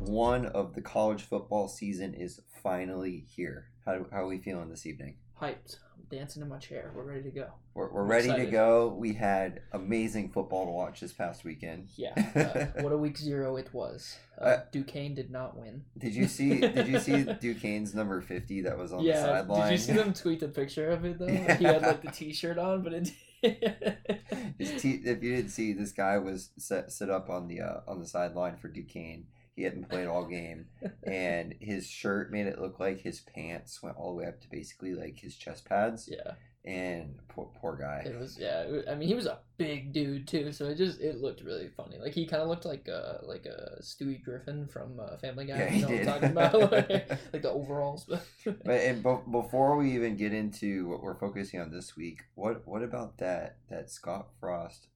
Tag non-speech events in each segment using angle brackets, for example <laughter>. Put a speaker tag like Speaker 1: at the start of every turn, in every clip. Speaker 1: one of the college football season is finally here. How, how are we feeling this evening?
Speaker 2: Hyped. I'm dancing in my chair. We're ready to go.
Speaker 1: We're, we're
Speaker 2: I'm
Speaker 1: ready to
Speaker 2: excited.
Speaker 1: go. We had amazing football to watch this past weekend. <laughs>
Speaker 2: Yeah. Uh, what a week zero it was. Uh,
Speaker 1: Uh,
Speaker 2: Duquesne did not win.
Speaker 1: Did you
Speaker 2: <laughs>
Speaker 1: see? Did you see Duquesne's number fifty that was on the
Speaker 2: yeah.
Speaker 1: sideline?
Speaker 2: Did you see them tweet the picture
Speaker 1: <laughs>
Speaker 2: of it though? He had like the T-shirt on, but <laughs> it.
Speaker 1: His te- <laughs>
Speaker 2: <laughs>
Speaker 1: if you didn't see, this guy was set, set up on the uh, on the sideline for Duquesne. He hadn't played all game, and
Speaker 2: <laughs>
Speaker 1: his shirt made it look like his pants went all the way up to basically like his chest pads.
Speaker 2: yeah.
Speaker 1: And poor poor guy.
Speaker 2: It was yeah. It was, I mean, he was a big dude too, so it just it looked really funny. Like he kind of looked like uh like a Stewie Griffin from uh, Family Guy.
Speaker 1: Yeah,
Speaker 2: you
Speaker 1: he
Speaker 2: know
Speaker 1: did.
Speaker 2: what I'm
Speaker 1: <laughs>
Speaker 2: talking about? <laughs> like the overalls. <laughs>
Speaker 1: But and be- before we even get into what we're focusing on this week, what what about that that Scott Frost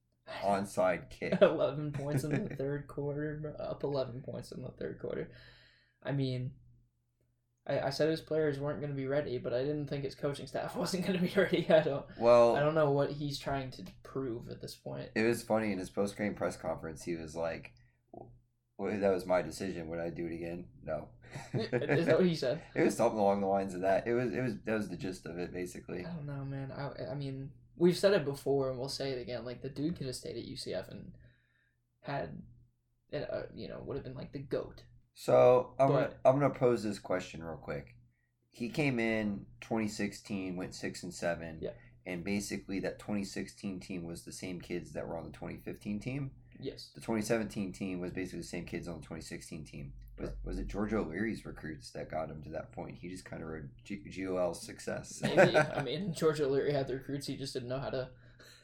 Speaker 1: onside
Speaker 2: <laughs>
Speaker 1: kick?
Speaker 2: 11 points in the third quarter, bro. up 11 points in the third quarter. I mean, I, I said his players weren't going to be ready, but I didn't think his coaching staff <laughs> wasn't going to be ready. I don't,
Speaker 1: Well,
Speaker 2: I don't know what he's trying to prove at this point.
Speaker 1: it was funny in his post game press conference. He was like, well, "That was my decision. Would I do it again? No."
Speaker 2: Is that what he said?
Speaker 1: <laughs> It was something along the lines of that. It was it was that was the gist of it basically.
Speaker 2: I don't know, man. I, I mean, we've said it before, and we'll say it again. Like the dude could have stayed at UCF and had, uh, you know, would have been like the goat.
Speaker 1: So I'm gonna,
Speaker 2: But-
Speaker 1: I'm gonna pose this question real quick. He came in 2016, went six and seven,
Speaker 2: Yeah.
Speaker 1: and basically that 2016 team was the same kids that were on the 2015 team.
Speaker 2: Yes.
Speaker 1: The 2017 team was basically the same kids on the 2016 team. Was, was it George O'Leary's recruits that got him to that point? He just kind of rode G- GOL's success. <laughs>
Speaker 2: Maybe. I mean, George O'Leary had the recruits. He just didn't know how to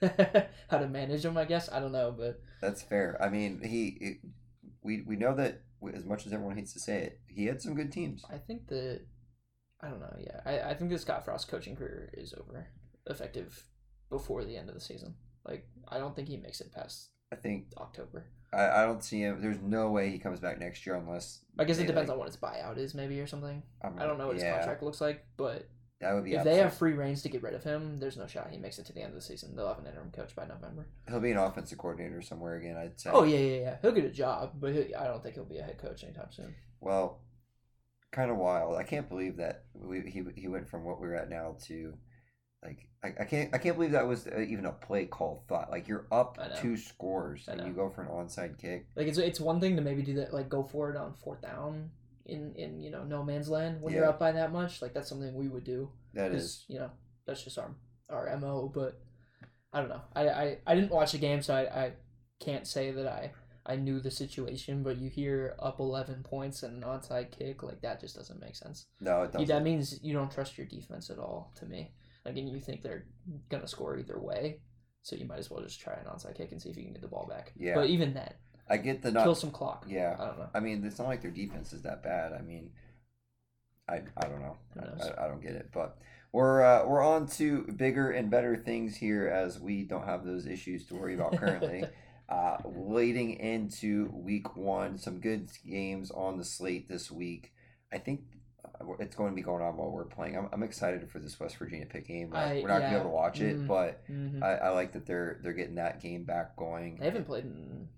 Speaker 2: <laughs> how to manage them. I guess I don't know, but
Speaker 1: That's fair. I mean, he, it, we we know that as much as everyone hates to say it, he had some good teams.
Speaker 2: I think that I don't know. Yeah, I, I think the Scott Frost coaching career is over, effective before the end of the season. Like I don't think he makes it past
Speaker 1: I think
Speaker 2: October.
Speaker 1: I, I don't see him. There's no way he comes back next year unless
Speaker 2: I guess
Speaker 1: they,
Speaker 2: it depends
Speaker 1: like,
Speaker 2: on what his buyout is, maybe or something.
Speaker 1: I'm-
Speaker 2: I don't know what his
Speaker 1: yeah,
Speaker 2: contract looks like, but
Speaker 1: That would be.
Speaker 2: if they
Speaker 1: absurd.
Speaker 2: have free reigns to get rid of him, there's no shot he makes it to the end of the season. They'll have an interim coach by November.
Speaker 1: he'll be an offensive coordinator somewhere again. I'd say.
Speaker 2: Oh yeah, yeah, yeah. He'll get a job, but he, I don't think he'll be a head coach anytime soon.
Speaker 1: Well, kind of wild. I can't believe that we, he he went from what we're at now to. Like I, I can't I can't believe that was uh, even a play call thought. Like you're up
Speaker 2: I know.
Speaker 1: two scores
Speaker 2: I
Speaker 1: and
Speaker 2: know.
Speaker 1: you go for an onside kick.
Speaker 2: Like it's it's one thing to maybe do that, like go for it on fourth down in in you know no man's land when you're
Speaker 1: Yeah.
Speaker 2: up by that much. Like that's something we would do
Speaker 1: That
Speaker 2: because
Speaker 1: is
Speaker 2: you know that's just our our mo. But I don't know. I I, I didn't watch the game, so I, I can't say that I I knew the situation. But you hear up eleven points and an onside kick, like that just doesn't make sense.
Speaker 1: no. It
Speaker 2: You,
Speaker 1: doesn't.
Speaker 2: that means you don't trust your defense at all. To me, like and you think they're gonna score either way. So you might as well just try an onside kick and see if you can get the ball back.
Speaker 1: Yeah.
Speaker 2: But even then,
Speaker 1: I get the not
Speaker 2: kill some clock.
Speaker 1: Yeah.
Speaker 2: I don't know.
Speaker 1: I mean, it's not like their defense is that bad. I mean, I, I don't know.
Speaker 2: Who
Speaker 1: I-
Speaker 2: knows?
Speaker 1: I, I don't get it. But we're uh, we're on to bigger and better things here as we don't have those issues to worry about
Speaker 2: <laughs>
Speaker 1: currently. uh, leading into week one, some good games on the slate this week. I think uh, it's going to be going on while we're playing. I'm, I'm excited for this West Virginia pick game. Like,
Speaker 2: I-
Speaker 1: we're not gonna be
Speaker 2: yeah.
Speaker 1: able to watch it,
Speaker 2: Mhm.
Speaker 1: but
Speaker 2: Mhm.
Speaker 1: I, I like that they're they're getting that game back going.
Speaker 2: They haven't played in.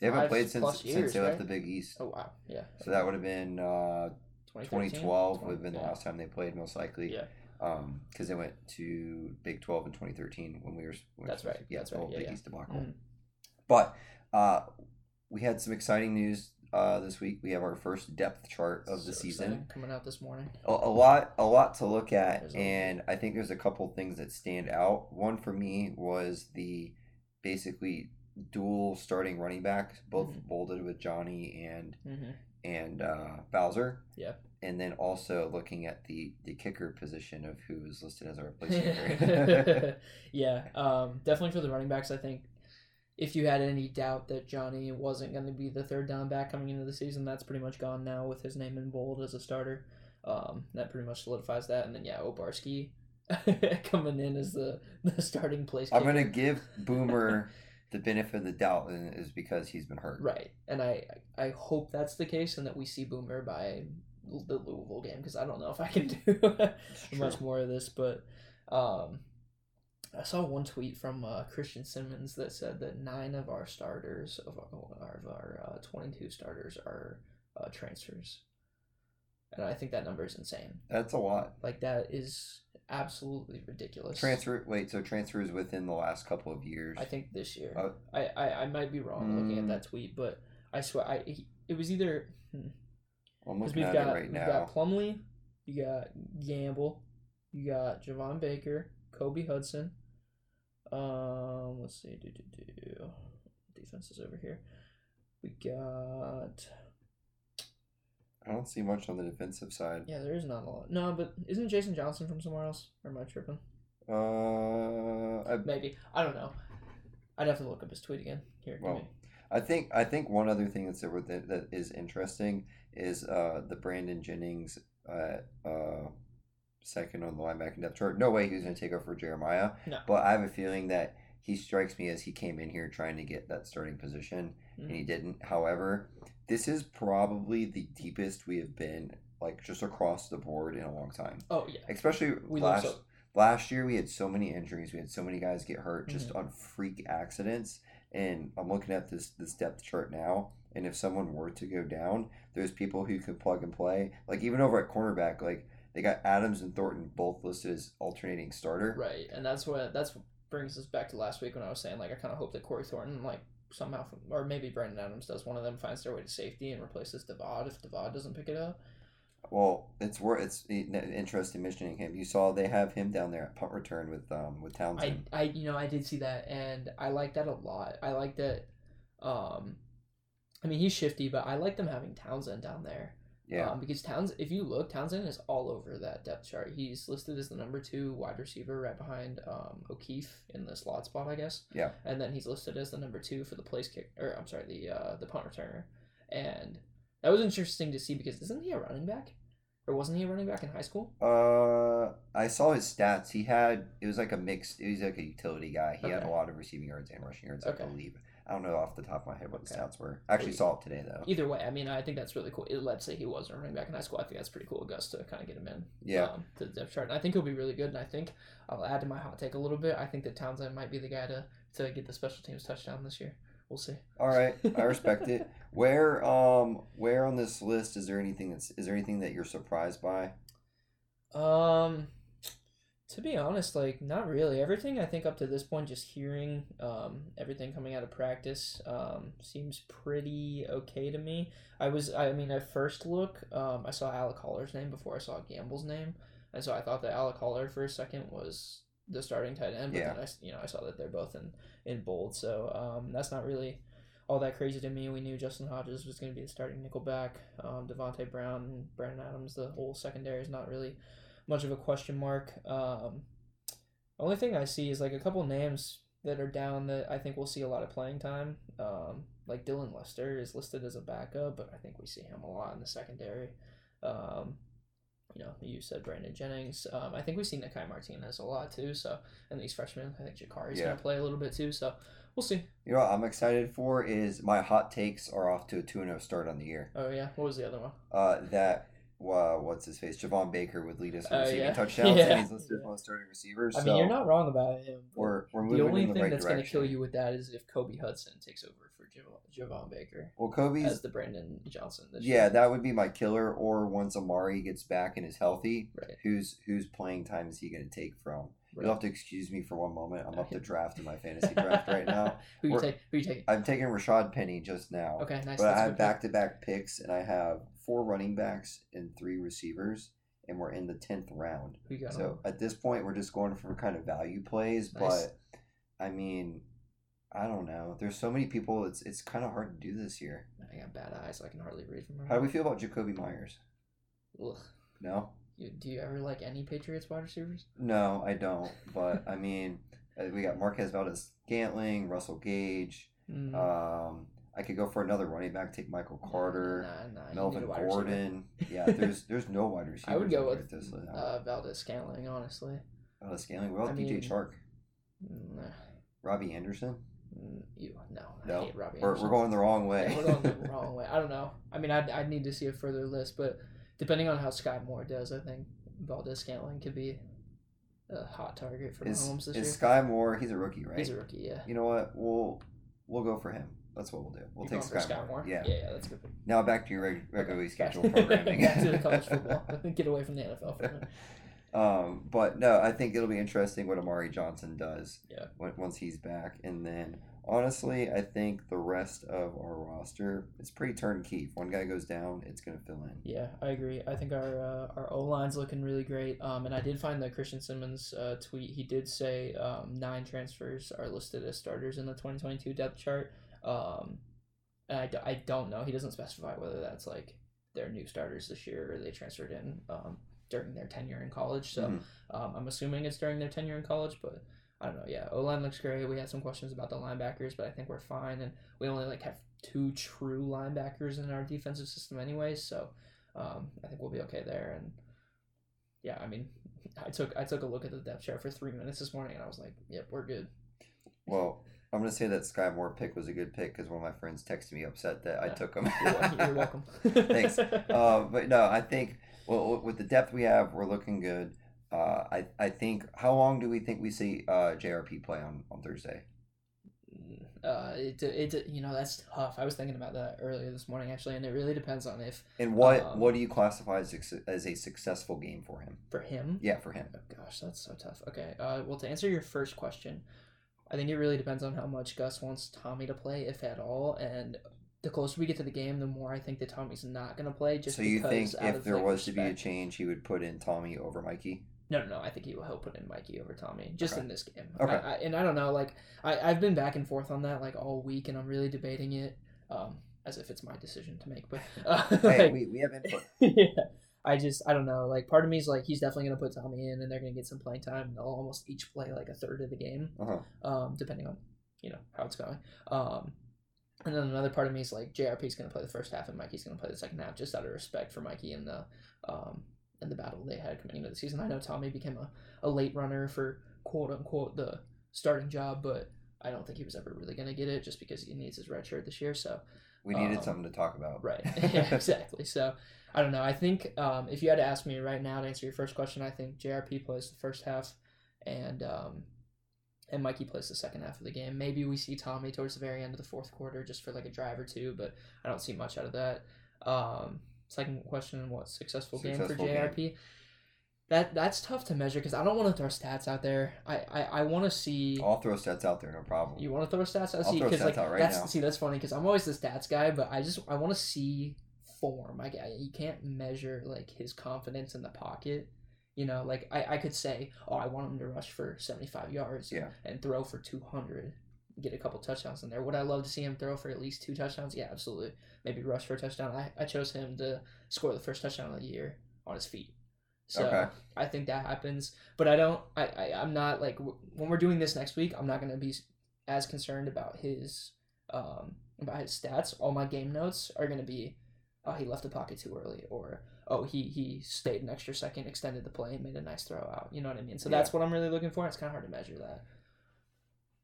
Speaker 1: They haven't
Speaker 2: five
Speaker 1: played since
Speaker 2: plus
Speaker 1: since
Speaker 2: years,
Speaker 1: they left
Speaker 2: right?
Speaker 1: the Big East.
Speaker 2: Oh wow! Yeah.
Speaker 1: So that would have been uh,
Speaker 2: 2013?
Speaker 1: 2012 would have been the
Speaker 2: Yeah.
Speaker 1: last time they played, most likely.
Speaker 2: Yeah.
Speaker 1: Because they went to Big 12 in 2013 when we were. When
Speaker 2: That's right,
Speaker 1: Yeah,
Speaker 2: that's
Speaker 1: the
Speaker 2: right,
Speaker 1: whole
Speaker 2: yeah,
Speaker 1: Big
Speaker 2: yeah.
Speaker 1: East debacle.
Speaker 2: Mm.
Speaker 1: But uh, we had some exciting news uh, this week. We have our first depth chart of the
Speaker 2: So
Speaker 1: season.
Speaker 2: exciting. coming out this morning.
Speaker 1: A, a lot, a lot to look at,
Speaker 2: There's a-
Speaker 1: and I think there's a couple things that stand out. One for me was the basically dual starting running backs, both
Speaker 2: Mhm.
Speaker 1: bolded with Johnny and <laughs>
Speaker 2: hmm
Speaker 1: and uh, Bowser.
Speaker 2: Yeah.
Speaker 1: And then also looking at the the kicker position of who is listed as our replacement.
Speaker 2: <laughs>
Speaker 1: kicker.
Speaker 2: yeah, um, definitely for the running backs. I think if you had any doubt that Johnny wasn't going to be the third down back coming into the season, that's pretty much gone now with his name in bold as a starter. Um, that pretty much solidifies that. And then yeah, Obarski <laughs> coming in as the, the starting place.
Speaker 1: I'm
Speaker 2: kicker.
Speaker 1: gonna give Boomer the benefit of the doubt, and is because he's been hurt.
Speaker 2: Right, and I I hope that's the case, and that we see Boomer by L- the Louisville game because I don't know if I can <laughs> do
Speaker 1: It's
Speaker 2: much
Speaker 1: true.
Speaker 2: more of this. But um, I saw one tweet from uh, Christian Simmons that said that nine of our uh, starters of our, of our uh, twenty two starters are uh, transfers, and I think that number is insane.
Speaker 1: That's a lot.
Speaker 2: Like that is absolutely ridiculous.
Speaker 1: Transfer. Wait, so transfers within the last couple of years.
Speaker 2: I think this year.
Speaker 1: Oh.
Speaker 2: I, I I might be wrong looking
Speaker 1: Mm.
Speaker 2: at that tweet, but I swear I he- it was either
Speaker 1: I'm
Speaker 2: because
Speaker 1: looking
Speaker 2: we've
Speaker 1: at
Speaker 2: got
Speaker 1: it right
Speaker 2: we've
Speaker 1: now.
Speaker 2: got Plumlee, you got Gamble, you got Javon Baker, Kobe Hudson. Um, let's see, do do do defenses over here. We got
Speaker 1: I don't see much on the defensive side.
Speaker 2: yeah, there is not a lot. No, but isn't Jason Johnson from somewhere else? Or am I tripping?
Speaker 1: Uh, I,
Speaker 2: Maybe I don't know. I'd have to look up his tweet again. Here, give
Speaker 1: Well,
Speaker 2: me-
Speaker 1: I think I think one other thing that's over there that is interesting is uh the Brandon Jennings uh uh second on the linebacker depth chart. No way he was going to take over for Jeremiah.
Speaker 2: No.
Speaker 1: But I have a feeling that he strikes me as he came in here trying to get that starting position and he
Speaker 2: Mm.
Speaker 1: didn't. However, this is probably the deepest we have been like just across the board in a long time.
Speaker 2: Oh yeah,
Speaker 1: Especially
Speaker 2: We look
Speaker 1: last
Speaker 2: so-
Speaker 1: last year we had so many injuries, we had so many guys get hurt just
Speaker 2: Mm-hmm.
Speaker 1: on freak accidents. And I'm looking at this this depth chart now, and if someone were to go down, there's people who could plug and play. Like even over at cornerback, like they got Adams and Thornton both listed as alternating starter.
Speaker 2: right. And that's what that's what brings us back to last week when I was saying like I kind of hope that Corey Thornton like somehow or maybe Brandon Adams does one of them finds their way to safety and replaces Devod if Devod doesn't pick it up.
Speaker 1: Well, it's worth it's n- interesting mentioning him. You saw they have him down there at punt return with um with
Speaker 2: I
Speaker 1: Townsend.
Speaker 2: I you know I did see that and I like that a lot. I like that. Um, I mean he's shifty, but I like them having Townsend down there.
Speaker 1: yeah,
Speaker 2: Um, because Towns, if you look, Townsend is all over that depth chart. He's listed as the number two wide receiver, right behind um, O'Keefe in the slot spot, I guess.
Speaker 1: Yeah.
Speaker 2: And then he's listed as the number two for the place kick, or I'm sorry, the uh, the punt returner. And that was interesting to see because isn't he a running back, or wasn't he a running back in high school?
Speaker 1: uh, I saw his stats. He had it was like a mixed. He was like a utility guy. He had a
Speaker 2: Okay.
Speaker 1: lot of receiving yards and rushing yards.
Speaker 2: Okay.
Speaker 1: I believe. I don't know off the top of my head what the
Speaker 2: Okay.
Speaker 1: stats were. I actually
Speaker 2: Maybe.
Speaker 1: saw it today though.
Speaker 2: Either way, I mean, I think that's really cool. It- Let's say he was a running back in high school. I think that's pretty cool of Gus to kind of get him in.
Speaker 1: Yeah.
Speaker 2: um, to the depth chart. And I think he'll be really good. And I think I'll add to my hot take a little bit. I think that Townsend might be the guy to, to get the special teams touchdown this year. We'll see.
Speaker 1: All right, I respect it.
Speaker 2: <laughs>
Speaker 1: Where um where on this list is there anything that's is there anything that you're surprised by?
Speaker 2: Um, to be honest, like not really. Everything I think up to this point, just hearing um everything coming out of practice, um seems pretty okay to me. I was, I mean, at first look, um, I saw Alec Holler's name before I saw Gamble's name, and so I thought that Alec Holler for a second was the starting tight end. But
Speaker 1: Yeah.
Speaker 2: then I, s- you know, I saw that they're both in in bold, so um, that's not really. All that crazy to me. We knew Justin Hodges was going to be the starting nickelback. Um, Devontae Brown and Brandon Adams. The whole secondary is not really much of a question mark. Um, only thing I see is like a couple names that are down that I think we'll see a lot of playing time. Um, like Dylan Lester is listed as a backup, but I think we see him a lot in the secondary. Um, you know, you said Brandon Jennings. Um, I think we've seen Nikai Martinez a lot too. So, and these freshmen, I think Jakari's
Speaker 1: Yeah.
Speaker 2: going to play a little bit too. So, we'll see.
Speaker 1: You know what I'm excited for is my hot takes are off to a 2-0 start on the year.
Speaker 2: Oh yeah, what was the other one?
Speaker 1: Uh, that uh, what's his face Javon Baker would lead us in
Speaker 2: Oh,
Speaker 1: receiving
Speaker 2: yeah. <laughs>
Speaker 1: touchdowns,
Speaker 2: Yeah.
Speaker 1: and he's listed as one of the starting receivers.
Speaker 2: I
Speaker 1: so
Speaker 2: mean, you're not wrong about him. but
Speaker 1: we're we're moving
Speaker 2: the only
Speaker 1: in the
Speaker 2: thing
Speaker 1: right
Speaker 2: that's going to
Speaker 1: direction.
Speaker 2: kill you with that is if Kobe Hudson takes over for Jav- Javon Baker.
Speaker 1: Well, Kobe's
Speaker 2: as the Brandon Johnson. This
Speaker 1: yeah,
Speaker 2: year.
Speaker 1: that would be my killer. Or once Amari gets back and is healthy,
Speaker 2: right.
Speaker 1: who's who's playing time is he going to take from? You'll have to excuse me for one moment. I'm
Speaker 2: <laughs>
Speaker 1: up to draft in my fantasy draft right now.
Speaker 2: who you
Speaker 1: We're-
Speaker 2: take? Who you taking?
Speaker 1: I'm taking Rashad Penny just now,
Speaker 2: Okay, nice.
Speaker 1: but I
Speaker 2: that's a
Speaker 1: have
Speaker 2: good pick.
Speaker 1: back to back picks, and I have four running backs and three receivers, and we're in the tenth round.
Speaker 2: Who you got?
Speaker 1: So at this point, we're just going for kind of value plays,
Speaker 2: Nice.
Speaker 1: but I mean, I don't know. There's so many people. It's it's kind of hard to do this year.
Speaker 2: on? I got bad eyes. I can hardly read from.
Speaker 1: How do we feel about Jacoby Myers?
Speaker 2: Ugh.
Speaker 1: No,
Speaker 2: You, do you ever like any Patriots wide receivers?
Speaker 1: no, I don't. But I mean, uh, we got Marquez Valdez, Scantling, Russell Gage.
Speaker 2: Mm,
Speaker 1: Um, I could go for another running back. Take Michael
Speaker 2: nah,
Speaker 1: Carter,
Speaker 2: nah, nah, you need
Speaker 1: Melvin
Speaker 2: a wide receiver. <laughs>
Speaker 1: Gordon. Yeah, there's there's no wide receivers.
Speaker 2: I would go
Speaker 1: over
Speaker 2: with
Speaker 1: at this. Uh,
Speaker 2: uh, Valdez Scantling, honestly.
Speaker 1: uh, Scaling. Well,
Speaker 2: I
Speaker 1: DJ
Speaker 2: mean-
Speaker 1: Chark,
Speaker 2: Nah,
Speaker 1: Robbie Anderson.
Speaker 2: Mm, you no,
Speaker 1: No,
Speaker 2: I hate Robbie.
Speaker 1: We're,
Speaker 2: Anderson.
Speaker 1: we're going the wrong way.
Speaker 2: Yeah, we're
Speaker 1: <laughs>
Speaker 2: going the wrong way. I don't know. I mean, I'd, I'd need to see a further list, but depending on how Sky Moore does, I think Valdez Scantling could be a hot target for
Speaker 1: is
Speaker 2: Mahomes this
Speaker 1: is
Speaker 2: year.
Speaker 1: Sky Moore? He's a rookie, right?
Speaker 2: He's a rookie, yeah.
Speaker 1: You know what? We'll we'll go for him. That's what we'll do. We'll
Speaker 2: You're
Speaker 1: take
Speaker 2: going for
Speaker 1: Sky, Moore. Yeah.
Speaker 2: yeah, that's a good. pick.
Speaker 1: Now back to your reg- regularly scheduled
Speaker 2: <laughs> Back-
Speaker 1: programming.
Speaker 2: Back to
Speaker 1: <laughs>
Speaker 2: the college football. <laughs> Get away from the NFL for a minute.
Speaker 1: Um, but no, I think it'll be interesting what Amari Johnson does.
Speaker 2: Yeah.
Speaker 1: When, once he's back, and then honestly, I think the rest of our roster is pretty turnkey. If one guy goes down, it's gonna fill in.
Speaker 2: Yeah, I agree. I think our uh, our O line's looking really great. Um, and I did find the Christian Simmons uh, tweet. He did say um, nine transfers are listed as starters in the 2022 depth chart. Um, and I, d- I don't know. He doesn't specify whether that's like their new starters this year or they transferred in um, during their tenure in college. So
Speaker 1: Mhm.
Speaker 2: um, I'm assuming it's during their tenure in college, but I don't know. Yeah, O line looks great. We had some questions about the linebackers, but I think we're fine, and we only like have two true linebackers in our defensive system anyway, so um, I think we'll be okay there. And yeah, I mean, I took I took a look at the depth chart for three minutes this morning, and I was like, yep, we're good.
Speaker 1: Well, I'm gonna say that Sky Moore pick was a good pick because one of my friends texted me upset that I
Speaker 2: Yeah.
Speaker 1: took him.
Speaker 2: You're, wel-
Speaker 1: <laughs>
Speaker 2: you're welcome. <laughs>
Speaker 1: Thanks. Uh, but no, I think well with the depth we have, we're looking good. Uh, I I think how long do we think we see uh, JRP play on on Thursday?
Speaker 2: Uh, it, de- it de- you know that's tough. I was thinking about that earlier this morning actually, and it really depends on if
Speaker 1: And what
Speaker 2: Um,
Speaker 1: what do you classify as, suc- as a successful game for him?
Speaker 2: for him
Speaker 1: Yeah, for him.
Speaker 2: Oh gosh, that's so tough. Okay, uh, well, to answer your first question, I think it really depends on how much Gus wants Tommy to play, if at all. And the closer we get to the game, the more I think that Tommy's not going to play. Just
Speaker 1: so you
Speaker 2: because
Speaker 1: think
Speaker 2: out
Speaker 1: if
Speaker 2: of,
Speaker 1: there
Speaker 2: like,
Speaker 1: was to be a
Speaker 2: respect.
Speaker 1: change, he would put in Tommy over
Speaker 2: <laughs>
Speaker 1: Mikey?
Speaker 2: no, no, no, I think he will he'll put in Mikey over Tommy just
Speaker 1: Okay.
Speaker 2: in this game.
Speaker 1: Okay.
Speaker 2: I, I, and I don't know, like I I've been back and forth on that like all week, and I'm really debating it, um, as if it's my decision to make. But <laughs> uh,
Speaker 1: Hey,
Speaker 2: like-
Speaker 1: we, we have input.
Speaker 2: <laughs> yeah. I just I don't know. Like part of me is like he's definitely gonna put Tommy in and they're gonna get some playing time. and They'll almost each play like a third of the game,
Speaker 1: Uh-huh.
Speaker 2: um, depending on you know how it's going. Um, and then another part of me is like JRP's gonna play the first half and Mikey's gonna play the second half, just out of respect for Mikey and the um and the battle they had coming into the season. I know Tommy became a, a late runner for quote unquote the starting job, but I don't think he was ever really gonna get it just because he needs his red shirt this year. So
Speaker 1: We needed
Speaker 2: Um,
Speaker 1: something to talk about. <laughs>
Speaker 2: Right. <laughs> Yeah, exactly. So I don't know. I think um, if you had to ask me right now to answer your first question, I think JRP plays the first half, and um, and Mikey plays the second half of the game. Maybe we see Tommy towards the very end of the fourth quarter just for like a drive or two, but I don't see much out of that. Um, second question: What successful,
Speaker 1: Successful
Speaker 2: game
Speaker 1: game.
Speaker 2: for JRP? That that's tough to measure because I don't want to throw stats out there. I I, I want to see.
Speaker 1: I'll throw stats out there, no problem.
Speaker 2: You want to throw stats? out?
Speaker 1: I'll
Speaker 2: see,
Speaker 1: throw
Speaker 2: 'cause,
Speaker 1: stats
Speaker 2: like,
Speaker 1: out right
Speaker 2: that's,
Speaker 1: now.
Speaker 2: See, that's funny because I'm always the stats guy, but I just I want to see form. Like I, you can't measure like his confidence in the pocket. You know, like I, I could say, oh, I want him to rush for 75 yards
Speaker 1: Yeah.
Speaker 2: and throw for 200, get a couple touchdowns in there. Would I love to see him throw for at least two touchdowns? Yeah, absolutely. Maybe rush for a touchdown. I, I chose him to score the first touchdown of the year on his feet. So
Speaker 1: Okay.
Speaker 2: I think that happens, but I don't. I, I I'm not like w- when we're doing this next week. I'm not gonna be s- as concerned about his um about his stats. All my game notes are gonna be, oh, he left the pocket too early, or oh, he he stayed an extra second, extended the play, and made a nice throw out. You know what I mean? So that's what I'm really looking for. It's kind of hard to measure that.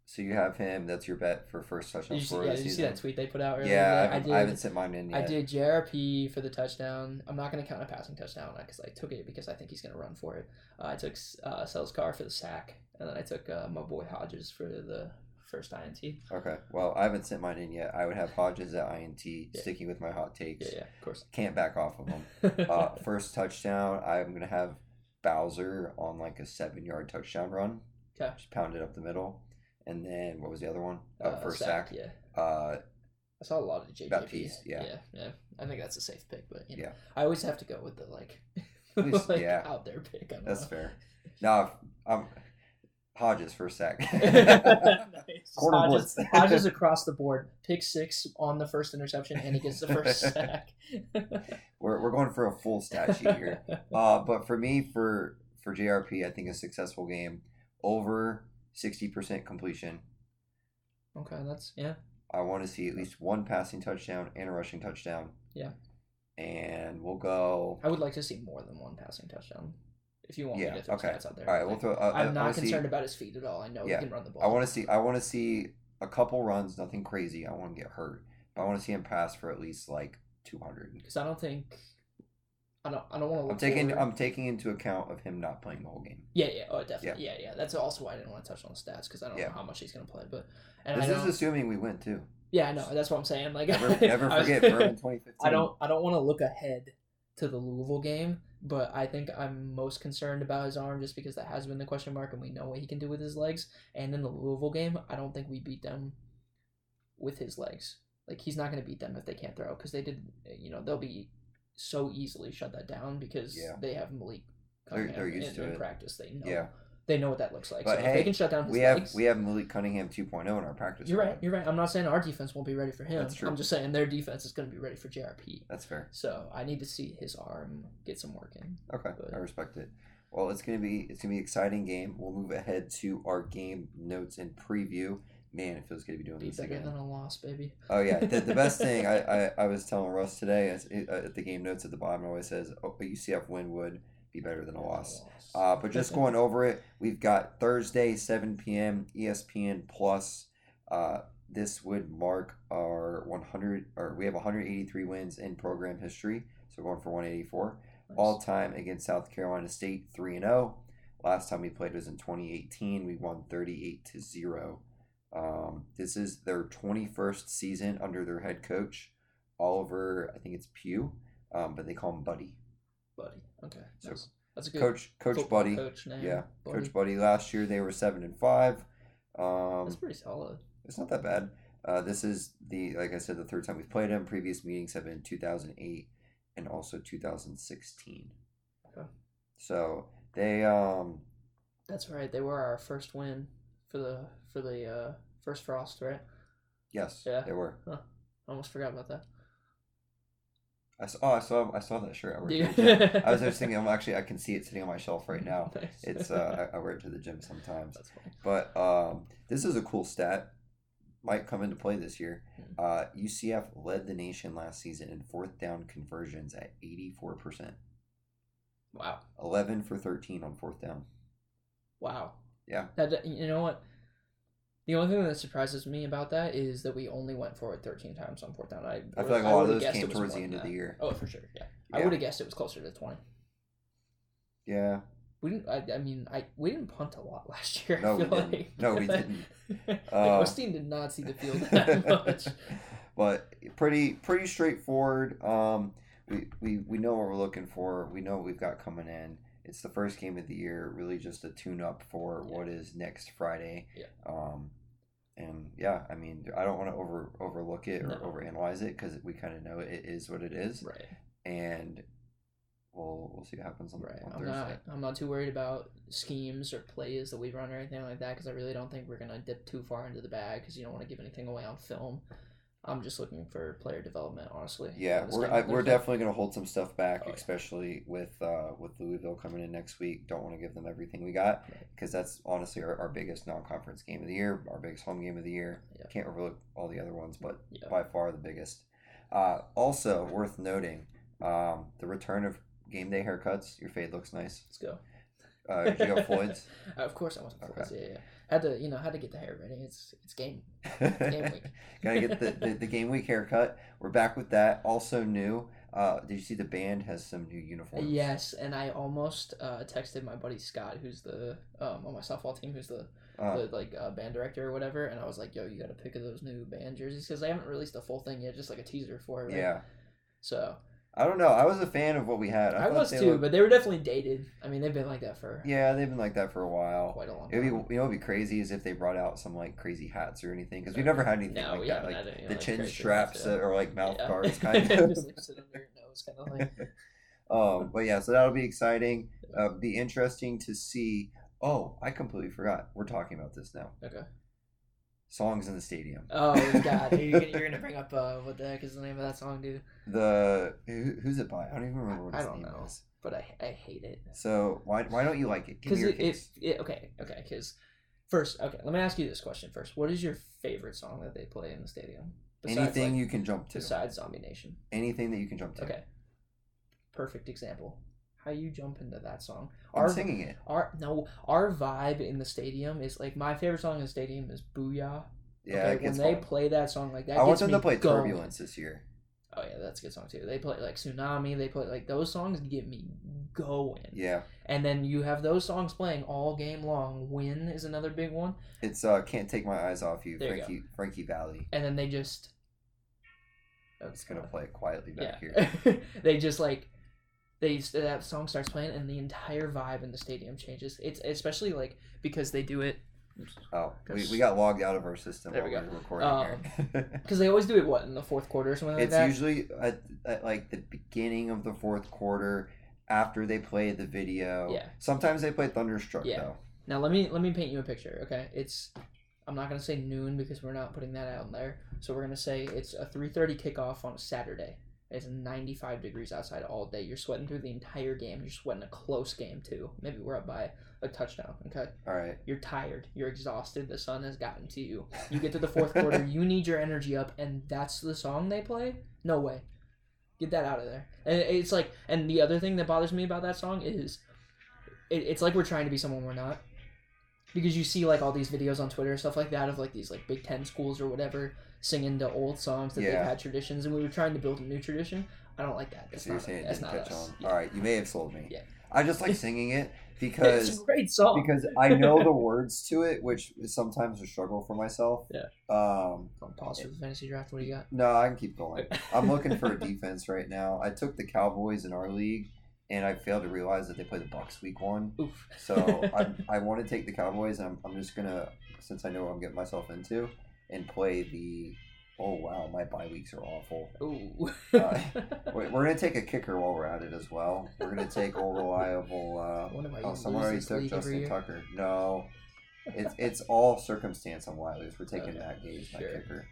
Speaker 1: So you have him. That's your bet for first touchdown
Speaker 2: Did you, see,
Speaker 1: scorer
Speaker 2: yeah,
Speaker 1: of the
Speaker 2: did you see
Speaker 1: season.
Speaker 2: that tweet they put out earlier?
Speaker 1: yeah, I
Speaker 2: I
Speaker 1: haven't,
Speaker 2: did.
Speaker 1: I, haven't sent mine in yet.
Speaker 2: I did JRP for the touchdown. I'm not going to count a passing touchdown because I took it because I think he's going to run for it. Uh, I took uh, Selskar for the sack, and then I took uh, my boy Hodges for the first INT. Yeah,
Speaker 1: Okay. Well, I haven't sent mine in yet. I would have Hodges at INT,
Speaker 2: Yeah.
Speaker 1: sticking with my hot takes.
Speaker 2: yeah, of course.
Speaker 1: Can't back off of them.
Speaker 2: <laughs>
Speaker 1: uh, first touchdown, I'm gonna have Bowser on like a seven yard touchdown run.
Speaker 2: Okay.
Speaker 1: Just pound it up the middle. And then what was the other one? Uh,
Speaker 2: Uh,
Speaker 1: first sack.
Speaker 2: Yeah,
Speaker 1: Uh,
Speaker 2: I saw a lot of JJP.
Speaker 1: Baptiste, yeah.
Speaker 2: yeah, yeah. I think that's a safe pick, but you know,
Speaker 1: Yeah.
Speaker 2: I always have to go with the like, <laughs>
Speaker 1: least-
Speaker 2: like,
Speaker 1: <laughs> yeah.
Speaker 2: out there pick. I don't
Speaker 1: that's
Speaker 2: know.
Speaker 1: fair. No, if- I'm Hodges first
Speaker 2: <laughs>
Speaker 1: sack. <laughs>
Speaker 2: Nice.
Speaker 1: Quarter
Speaker 2: Hodges,
Speaker 1: blitz.
Speaker 2: <laughs> Hodges across the board. Pick six on the first interception, and he gets
Speaker 1: <laughs>
Speaker 2: the first sack.
Speaker 1: we're we're going for a full stat sheet here. Uh, but for me, for for JRP, I think a successful game over sixty percent completion.
Speaker 2: <laughs> Okay, that's yeah.
Speaker 1: I want to see at least one passing touchdown and a rushing touchdown.
Speaker 2: Yeah.
Speaker 1: And we'll go.
Speaker 2: I would like to see more than one passing touchdown. If you want
Speaker 1: Yeah,
Speaker 2: me to throw
Speaker 1: okay.
Speaker 2: stats out there,
Speaker 1: All right,
Speaker 2: Like,
Speaker 1: we'll throw. uh, I,
Speaker 2: I'm not concerned
Speaker 1: See,
Speaker 2: about his feet at all. I know
Speaker 1: Yeah,
Speaker 2: he can run the ball.
Speaker 1: I want to see. I want to see a couple runs, nothing crazy. I want to get hurt, but I want to see him pass for at least like 200.
Speaker 2: because I don't think I don't. I don't want to.
Speaker 1: I'm taking. um, I'm taking into account of him not playing the whole game.
Speaker 2: Yeah, yeah, oh, definitely, yeah, yeah. That's also why I didn't want to touch on the stats because I don't
Speaker 1: Yeah.
Speaker 2: know how much he's going to play. But and I
Speaker 1: this
Speaker 2: don't, <laughs>
Speaker 1: is assuming we win too.
Speaker 2: Yeah, no, that's what I'm saying. Like,
Speaker 1: Never, never
Speaker 2: <laughs> I was-
Speaker 1: forget Berman 2015.
Speaker 2: I don't I don't want to look ahead to the Louisville game, but I think I'm most concerned about his arm just because that has been the question mark and we know what he can do with his legs. And in the Louisville game, I don't think we beat them with his legs. Like he's not going to beat them if they can't throw because they did, you know, they'll be so easily shut that down because
Speaker 1: Yeah.
Speaker 2: they have Malik
Speaker 1: They're-
Speaker 2: Cunningham
Speaker 1: they're used
Speaker 2: in,
Speaker 1: to
Speaker 2: in
Speaker 1: it.
Speaker 2: practice. They know
Speaker 1: Yeah.
Speaker 2: they know what that looks like.
Speaker 1: But
Speaker 2: so if
Speaker 1: hey,
Speaker 2: they can shut down his
Speaker 1: We have
Speaker 2: legs.
Speaker 1: we have Malik Cunningham 2.0 in our practice.
Speaker 2: you're
Speaker 1: squad.
Speaker 2: right. You're right. I'm not saying our defense won't be ready for him.
Speaker 1: That's true.
Speaker 2: I'm just saying their defense is going to be ready for JRP.
Speaker 1: That's fair.
Speaker 2: So I need to see his arm get some work in.
Speaker 1: Okay,
Speaker 2: But-
Speaker 1: I respect it. Well, it's gonna be it's gonna be an exciting game. We'll move ahead to our game notes and preview. Man, it feels good to be doing
Speaker 2: Be
Speaker 1: this
Speaker 2: better
Speaker 1: again.
Speaker 2: than a loss, baby.
Speaker 1: Oh yeah, the, the best <laughs> thing I, I, I was telling Russ today is it, uh, at the game notes at the bottom it always says oh, UCF win would be better than a loss. Uh, but just going
Speaker 2: <laughs>
Speaker 1: over it, we've got Thursday, 7 p.m. ESPN Plus. Uh, this would mark our 100, or we have 183 wins in program history. So we're going for 184.
Speaker 2: Nice.
Speaker 1: All time against South Carolina State, 3 and 0. Last time we played was in 2018. We won 38 to 0. Um, this is their 21st season under their head coach, Oliver, I think it's Pugh, um, but they call him Buddy.
Speaker 2: buddy. Okay,
Speaker 1: So,
Speaker 2: nice. that's a good
Speaker 1: Coach, Coach
Speaker 2: football
Speaker 1: Buddy.
Speaker 2: Coach name.
Speaker 1: Yeah,
Speaker 2: buddy.
Speaker 1: Coach Buddy. Last year they were seven and five. Um,
Speaker 2: That's pretty solid.
Speaker 1: it's not that bad. Uh, this is the like I said the third time we've played him. Previous meetings have been 2008 and also 2016.
Speaker 2: Okay.
Speaker 1: So they um
Speaker 2: That's right. They were our first win for the for the uh, first frost, right?
Speaker 1: yes
Speaker 2: Yeah.
Speaker 1: they were.
Speaker 2: I almost forgot about that.
Speaker 1: I saw oh, I saw I saw that shirt. I, wear it to the gym. I
Speaker 2: <laughs>
Speaker 1: was just thinking I'm actually I can see it sitting on my shelf right now.
Speaker 2: Nice.
Speaker 1: It's uh, I, I wear it to the gym sometimes.
Speaker 2: <laughs> that's funny.
Speaker 1: But um, this is a cool stat. Might come into play this year.
Speaker 2: Hmm.
Speaker 1: Uh, UCF led the nation last season in fourth down conversions at 84%.
Speaker 2: Wow.
Speaker 1: 11 for 13 on fourth down.
Speaker 2: Wow.
Speaker 1: Yeah.
Speaker 2: That you know what? The only thing that surprises me about that is that we we only went for it 13 times on fourth down. I,
Speaker 1: I feel like a
Speaker 2: I
Speaker 1: lot of
Speaker 2: would've
Speaker 1: those
Speaker 2: guessed
Speaker 1: came
Speaker 2: it was
Speaker 1: towards the
Speaker 2: more
Speaker 1: end
Speaker 2: than
Speaker 1: of the
Speaker 2: that.
Speaker 1: year.
Speaker 2: Oh, for sure. Yeah. I
Speaker 1: Yeah.
Speaker 2: would have guessed it was closer to 20.
Speaker 1: Yeah.
Speaker 2: We didn't. I, I mean, I we didn't punt a lot <laughs> last year. I
Speaker 1: No, we
Speaker 2: feel
Speaker 1: didn't.
Speaker 2: like.
Speaker 1: No,
Speaker 2: <laughs>
Speaker 1: we didn't.
Speaker 2: like,
Speaker 1: Uh,
Speaker 2: Osteen did not see
Speaker 1: <laughs>
Speaker 2: the field <laughs> that much.
Speaker 1: but pretty pretty straightforward. Um, we, we we know what we're looking for. We know what we've got coming in. It's the first game of the year. Really, just a tune up for
Speaker 2: Yeah.
Speaker 1: what is next Friday.
Speaker 2: Yeah.
Speaker 1: Um, and yeah, I mean, I don't want to over overlook it or
Speaker 2: No.
Speaker 1: overanalyze it because we kind of know it is what it is,
Speaker 2: Right,
Speaker 1: and we'll we'll see what happens on,
Speaker 2: right.
Speaker 1: on
Speaker 2: I'm
Speaker 1: Thursday.
Speaker 2: not. I'm not too worried about schemes or plays that we run or anything like that because I really don't think we're gonna dip too far into the bag because you don't want to give anything away on film. I'm just looking for player development, honestly.
Speaker 1: Yeah,
Speaker 2: in this
Speaker 1: we're
Speaker 2: game
Speaker 1: I,
Speaker 2: on
Speaker 1: we're
Speaker 2: Thursday.
Speaker 1: definitely going to hold some stuff back,
Speaker 2: Oh, yeah.
Speaker 1: especially with uh, with Louisville coming in next week. Don't want to give them everything we got
Speaker 2: Right.
Speaker 1: because that's honestly our, our biggest non conference game of the year, our biggest home game of the year.
Speaker 2: Yeah.
Speaker 1: Can't overlook all the other ones, but
Speaker 2: Yeah.
Speaker 1: by far the biggest. Uh, also worth noting, um, the return of game day haircuts. Your fade looks nice.
Speaker 2: Let's go.
Speaker 1: Uh, did
Speaker 2: <laughs>
Speaker 1: you go Floyd's?
Speaker 2: of course, I went to Floyd's. Yeah, yeah. Had to, you know, had to get the hair ready. It's it's game game week.
Speaker 1: <laughs> Gotta get the,
Speaker 2: <laughs>
Speaker 1: the, the game week haircut. We're back with that. Also new. Uh, did you see the band has some new uniforms?
Speaker 2: Yes, and I almost uh, texted my buddy Scott, who's the um, on my softball team, who's the,
Speaker 1: Uh,
Speaker 2: the like uh, band director or whatever, and I was like, "Yo, you got to pick of those new band jerseys because I haven't released the full thing yet, just like a teaser for it." right?
Speaker 1: yeah.
Speaker 2: So
Speaker 1: I don't know. I was a fan of what we had.
Speaker 2: I,
Speaker 1: thought
Speaker 2: was
Speaker 1: they
Speaker 2: too,
Speaker 1: looked-
Speaker 2: but they were definitely dated. I mean, they've been like that for
Speaker 1: yeah, they've been like that for a while.
Speaker 2: quite a long
Speaker 1: It'd
Speaker 2: time.
Speaker 1: be you know, it'd be crazy is if they brought out some like crazy hats or anything because we've never had anything
Speaker 2: No,
Speaker 1: like
Speaker 2: we
Speaker 1: that.
Speaker 2: haven't
Speaker 1: Like
Speaker 2: had any,
Speaker 1: the
Speaker 2: like,
Speaker 1: chin
Speaker 2: crazy
Speaker 1: straps
Speaker 2: hats,
Speaker 1: that
Speaker 2: <laughs>
Speaker 1: are like mouth
Speaker 2: Yeah.
Speaker 1: guards, kind of.
Speaker 2: Just, like, sit under your nose, kind of like.
Speaker 1: um, but yeah, so that'll be exciting. Uh, be interesting to see. Oh, I completely forgot. We're talking about this now.
Speaker 2: Okay.
Speaker 1: Songs in the stadium.
Speaker 2: Oh God, are you gonna, you're gonna bring up uh, what the heck is the name of that song, dude?
Speaker 1: The who, who's it by? I don't even remember what
Speaker 2: I
Speaker 1: his
Speaker 2: don't
Speaker 1: name
Speaker 2: know.
Speaker 1: is.
Speaker 2: But I I hate it.
Speaker 1: So why why don't you like it? Give me
Speaker 2: Because
Speaker 1: your
Speaker 2: it, it,
Speaker 1: case.
Speaker 2: it, okay, okay, because first, okay, let me ask you this question first. What is your favorite song that they play in the stadium?
Speaker 1: Anything
Speaker 2: like,
Speaker 1: you can jump to.
Speaker 2: besides Zombie Nation.
Speaker 1: Anything that you can jump to.
Speaker 2: Okay, perfect example. How you jump into that song?
Speaker 1: I'm
Speaker 2: Our
Speaker 1: singing it.
Speaker 2: our no, our vibe in the stadium is like my favorite song in the stadium is Booyah.
Speaker 1: Yeah,
Speaker 2: okay,
Speaker 1: it
Speaker 2: when
Speaker 1: gets
Speaker 2: they
Speaker 1: fun.
Speaker 2: play that song like that,
Speaker 1: I want
Speaker 2: gets
Speaker 1: them
Speaker 2: me
Speaker 1: to play
Speaker 2: going.
Speaker 1: Turbulence this year.
Speaker 2: Oh yeah, that's a good song too. They play like Tsunami. They play like those songs get me going.
Speaker 1: Yeah,
Speaker 2: And then you have those songs playing all game long. Win is another big one.
Speaker 1: it's uh can't take my eyes off you,
Speaker 2: There you go.
Speaker 1: Frankie Frankie Valley.
Speaker 2: And then they just. Oh,
Speaker 1: It's gonna play it quietly back here.
Speaker 2: <laughs> yeah. they just like they s- that song starts playing and the entire vibe in the stadium changes. It's especially like because they do it
Speaker 1: Oh, we,
Speaker 2: That's-
Speaker 1: we got logged out of our system
Speaker 2: There
Speaker 1: while
Speaker 2: we
Speaker 1: we
Speaker 2: go.
Speaker 1: were recording here. <laughs>
Speaker 2: because they always do it what in the fourth quarter or something like
Speaker 1: it's
Speaker 2: uh, that.
Speaker 1: usually at, at like the beginning of the fourth quarter after they play the video.
Speaker 2: Yeah.
Speaker 1: Sometimes they play Thunderstruck
Speaker 2: Yeah.
Speaker 1: though.
Speaker 2: Now let me let me paint you a picture, okay? It's I'm not gonna say noon because we're not putting that out there. So we're gonna say it's a 3:30 kickoff on a Saturday. It's 95 degrees outside all day. You're sweating through the entire game. You're sweating a close game too. Maybe we're up by a touchdown. Okay,
Speaker 1: All right.
Speaker 2: you're tired. You're exhausted. The sun has gotten to you. You get to the
Speaker 1: <laughs>
Speaker 2: fourth quarter. You need your energy up, and that's the song they play. No way. Get that out of there. And it's like, and the other thing that bothers me about that song is, it, it's like we're trying to be someone we're not, because you see like all these videos on Twitter and stuff like that of like these like Big Ten schools or whatever singing to old songs that
Speaker 1: Yeah.
Speaker 2: they've had traditions, and we were trying to build a new tradition. I don't like that. That's
Speaker 1: so you're
Speaker 2: not.
Speaker 1: saying it
Speaker 2: that's
Speaker 1: didn't
Speaker 2: not
Speaker 1: catch
Speaker 2: us.
Speaker 1: on.
Speaker 2: Yeah.
Speaker 1: All right. You may have sold me.
Speaker 2: Yeah.
Speaker 1: I just like singing it
Speaker 2: <laughs> It's
Speaker 1: because
Speaker 2: a great song.
Speaker 1: because I know the words to it, which is sometimes a struggle for myself.
Speaker 2: Yeah.
Speaker 1: Um.
Speaker 2: Pause for the fantasy draft. What do you got?
Speaker 1: No, I can keep going. I'm looking for a defense right now. I took the Cowboys in our league, and I failed to realize that they play the Bucks week one.
Speaker 2: Oof.
Speaker 1: So I'm, I want to take the Cowboys, and I'm, I'm just gonna, since I know what I'm getting myself into, and play the. Oh wow, my bye weeks are awful.
Speaker 2: Ooh.
Speaker 1: <laughs>
Speaker 2: <laughs>
Speaker 1: Uh, Wait, we're gonna take a kicker while we're at it as well. We're gonna take all reliable.
Speaker 2: I
Speaker 1: Uh,
Speaker 2: wonder why you
Speaker 1: oh, someone
Speaker 2: lose
Speaker 1: already
Speaker 2: this
Speaker 1: took
Speaker 2: league
Speaker 1: Justin
Speaker 2: every year.
Speaker 1: Tucker. No, it's it's all circumstance on why I lose. We're taking
Speaker 2: Okay,
Speaker 1: Matt Gage, my
Speaker 2: sure. <laughs>
Speaker 1: kicker.